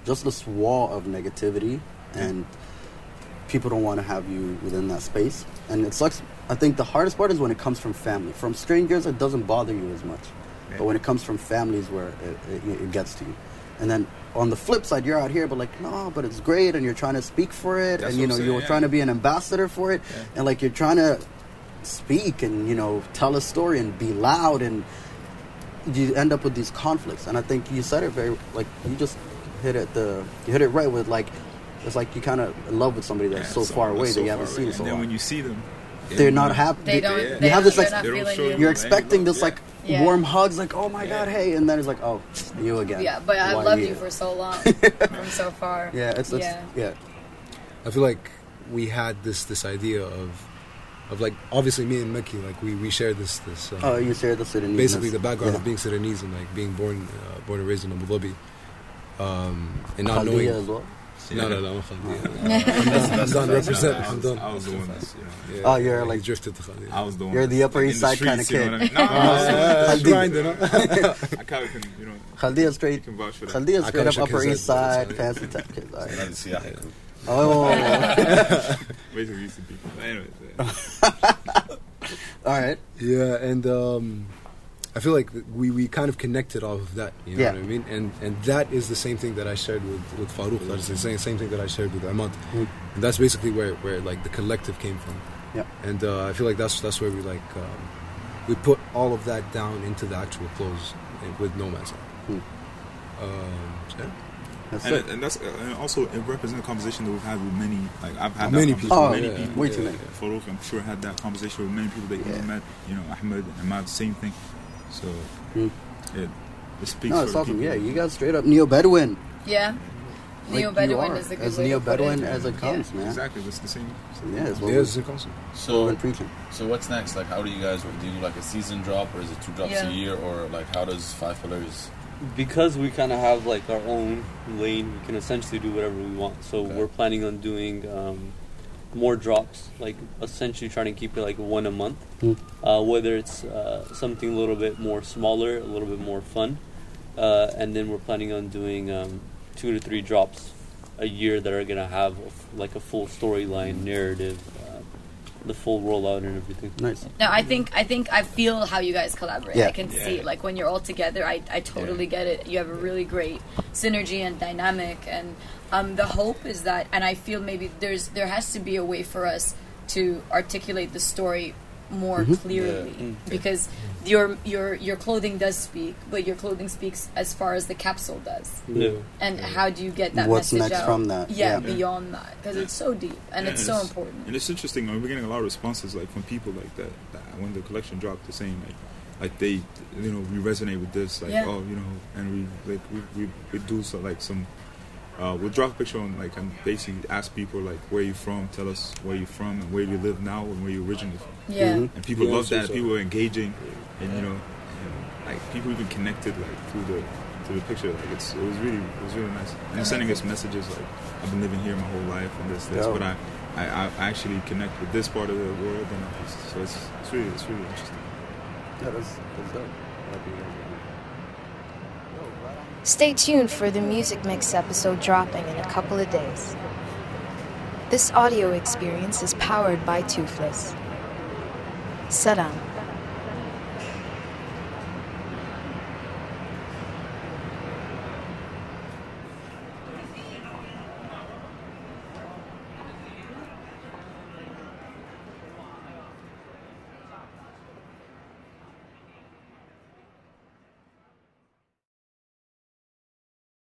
Speaker 6: just this wall of negativity and people don't want to have you within that space. And it sucks. I think the hardest part is when it comes from family. From strangers, it doesn't bother you as much. But when it comes from families, where it, it, it gets to you. And then on the flip side, you're out here, but like, no, but it's great, and you're trying to speak for it,
Speaker 17: That's
Speaker 6: and you
Speaker 17: what
Speaker 6: know,
Speaker 17: I'm
Speaker 6: you're
Speaker 17: saying, yeah.
Speaker 6: trying to be an ambassador for it,
Speaker 17: Yeah.
Speaker 6: and like you're trying to speak and you know tell a story and be loud and you end up with these conflicts and i think you said it very like you just hit it the you hit it right with like it's like you kind of in love with somebody that's
Speaker 1: Yeah,
Speaker 6: so, far away
Speaker 1: that's
Speaker 6: that
Speaker 1: so
Speaker 6: you haven't
Speaker 1: far
Speaker 6: seen
Speaker 1: away.
Speaker 6: in so
Speaker 1: And then when
Speaker 6: long
Speaker 1: you see them,
Speaker 6: they're not happy
Speaker 11: They don't-
Speaker 1: Yeah.
Speaker 11: they
Speaker 6: you have
Speaker 11: don't-
Speaker 6: this like
Speaker 11: they're not They don't feeling show you. you
Speaker 6: you're
Speaker 11: any
Speaker 6: expecting this like
Speaker 11: Yeah.
Speaker 6: warm hugs like oh my god hey and then it's like oh you again
Speaker 11: Yeah, but I've
Speaker 6: Why
Speaker 11: loved
Speaker 6: you?
Speaker 11: you for so long, from so far. yeah.
Speaker 6: yeah.
Speaker 10: I feel like we had this this idea of of like obviously me and Mickey like we we shared this this.
Speaker 14: um,
Speaker 10: uh,
Speaker 6: oh you shared the Sudanese
Speaker 10: Basically, the background of being Sudanese and like being born uh, born and raised in Abu Dhabi, um, and not
Speaker 6: Khaldiyah
Speaker 10: knowing.
Speaker 6: as well?
Speaker 10: No, no, no, I'm
Speaker 6: Oh.
Speaker 10: Khaldiyah. I'm
Speaker 6: That's-
Speaker 10: done- I'm
Speaker 6: that's-
Speaker 10: done.
Speaker 6: that's-
Speaker 10: Represent.
Speaker 6: I
Speaker 10: I'm
Speaker 6: was-
Speaker 10: done.
Speaker 1: I was the one that's, you
Speaker 6: Oh, you're like-
Speaker 10: drifted to Khaldiyah.
Speaker 1: I was the one.
Speaker 6: You're the
Speaker 1: that's,
Speaker 6: Upper
Speaker 1: like, in
Speaker 6: East Side
Speaker 1: the
Speaker 6: kinda
Speaker 1: streets, you know what I
Speaker 6: kid.
Speaker 1: mean? No,
Speaker 6: Yeah. Yeah.
Speaker 1: I was
Speaker 6: Khaldiyah.
Speaker 1: grinding, huh? I kind of, you know.
Speaker 6: Khaldiyah straight
Speaker 1: can vouch for that.
Speaker 6: Khaldiyah
Speaker 1: I
Speaker 6: straight
Speaker 1: kinda
Speaker 6: up
Speaker 1: shook
Speaker 6: Upper
Speaker 1: his
Speaker 6: East
Speaker 1: head.
Speaker 6: Side fancy tech kids all right.
Speaker 10: Yeah.
Speaker 6: oh
Speaker 1: Basically, used to people. Anyways,
Speaker 6: All right.
Speaker 10: Yeah, and um, I feel like th- we, we kind of connected off of that. You know
Speaker 6: Yeah.
Speaker 10: what I mean? And and that is the same thing that I shared with with Farouk. That is the same same thing that I shared with Ahmad. And that's basically where where like the collective came from.
Speaker 6: Mm. Yeah.
Speaker 10: And uh, I feel like that's that's where we like um, we put all of that down into the actual clothes and- with No Man's Land. Um, so, yeah.
Speaker 1: and, and that's and also it represents a conversation that we've had with many. Like I've had
Speaker 10: Many
Speaker 1: that conversation
Speaker 10: people. Oh,
Speaker 1: with
Speaker 10: yeah,
Speaker 1: many people.
Speaker 10: way too many.
Speaker 1: Farouk, I'm sure, had that conversation with many people that you've met. You know, Ahmed, Ahmad, same thing. So
Speaker 10: Hmm.
Speaker 1: it, it speaks.
Speaker 6: no
Speaker 1: for
Speaker 6: it's
Speaker 1: the
Speaker 6: awesome
Speaker 1: people.
Speaker 6: yeah you got straight up Neo Bedouin
Speaker 11: Yeah. Neo
Speaker 6: Like, you
Speaker 11: Bedouin
Speaker 6: are
Speaker 11: is the good
Speaker 6: as
Speaker 11: way
Speaker 6: Neo
Speaker 11: to put
Speaker 6: Bedouin
Speaker 11: it.
Speaker 6: as it comes man
Speaker 1: Exactly, it's the same.
Speaker 6: yeah it's what
Speaker 10: Yeah,
Speaker 6: we-
Speaker 10: it's the concept.
Speaker 6: what
Speaker 12: So,
Speaker 6: we're preaching
Speaker 12: so what's next? Like, how do you guys do? You do like a season drop, or is it two drops
Speaker 9: Yeah.
Speaker 12: a year, or like how does Five Pillars?
Speaker 9: because we kind of have like our own lane, we can essentially do whatever we want. So we're planning on doing um, more drops, like essentially trying to keep it like one a month.
Speaker 6: Mm.
Speaker 9: Uh, whether it's uh, something a little bit more smaller, a little bit more fun, uh, and then we're planning on doing um, two to three drops a year that are gonna have a f- like a full storyline, narrative, uh, the full rollout, and everything.
Speaker 6: Nice.
Speaker 11: No, I think I think I feel how you guys collaborate.
Speaker 9: Yeah.
Speaker 11: I can
Speaker 9: Yeah.
Speaker 11: see like when you're all together. I, I totally get it. You have a really great synergy and dynamic, and um, the hope is that. And I feel maybe there's there has to be a way for us to articulate the story more
Speaker 6: Mhm.
Speaker 11: clearly
Speaker 6: Yeah. Mm.
Speaker 11: because your your your clothing does speak, but your clothing speaks as far as the capsule does.
Speaker 6: Yeah.
Speaker 11: And how do you get that
Speaker 6: What's
Speaker 11: message
Speaker 6: next
Speaker 11: out?
Speaker 6: from that? Yeah.
Speaker 11: Yeah, beyond that because it's so deep and
Speaker 1: Yeah,
Speaker 11: it's so important.
Speaker 1: And it's interesting. Like, we're getting a lot of responses like from people like that, that when the collection dropped, they're saying like, like they, you know, we resonate with this. Like,
Speaker 11: Yeah.
Speaker 1: oh, you know, and we like we we, we do so like some. Uh, we'll drop a picture on like and basically ask people like where you from, tell us where you from and where you live now and where you originally from.
Speaker 11: Yeah.
Speaker 6: Mm-hmm.
Speaker 11: Mhm.
Speaker 1: And people
Speaker 10: Yeah,
Speaker 1: love
Speaker 10: so-
Speaker 1: that.
Speaker 10: so-
Speaker 1: People are engaging, and you know, and, like people even connected like through the through the picture. Like it's it was really it was really nice. And they're sending us messages like I've been living here my whole life and this this,
Speaker 6: Yeah.
Speaker 1: but I, I I actually connect with this part of the world and it's, so it's it's really it's really interesting.
Speaker 6: Yeah, that's, that's dope.
Speaker 13: Stay tuned for the Music Mix episode dropping in a couple of days. This audio experience is powered by Toothless. Salam.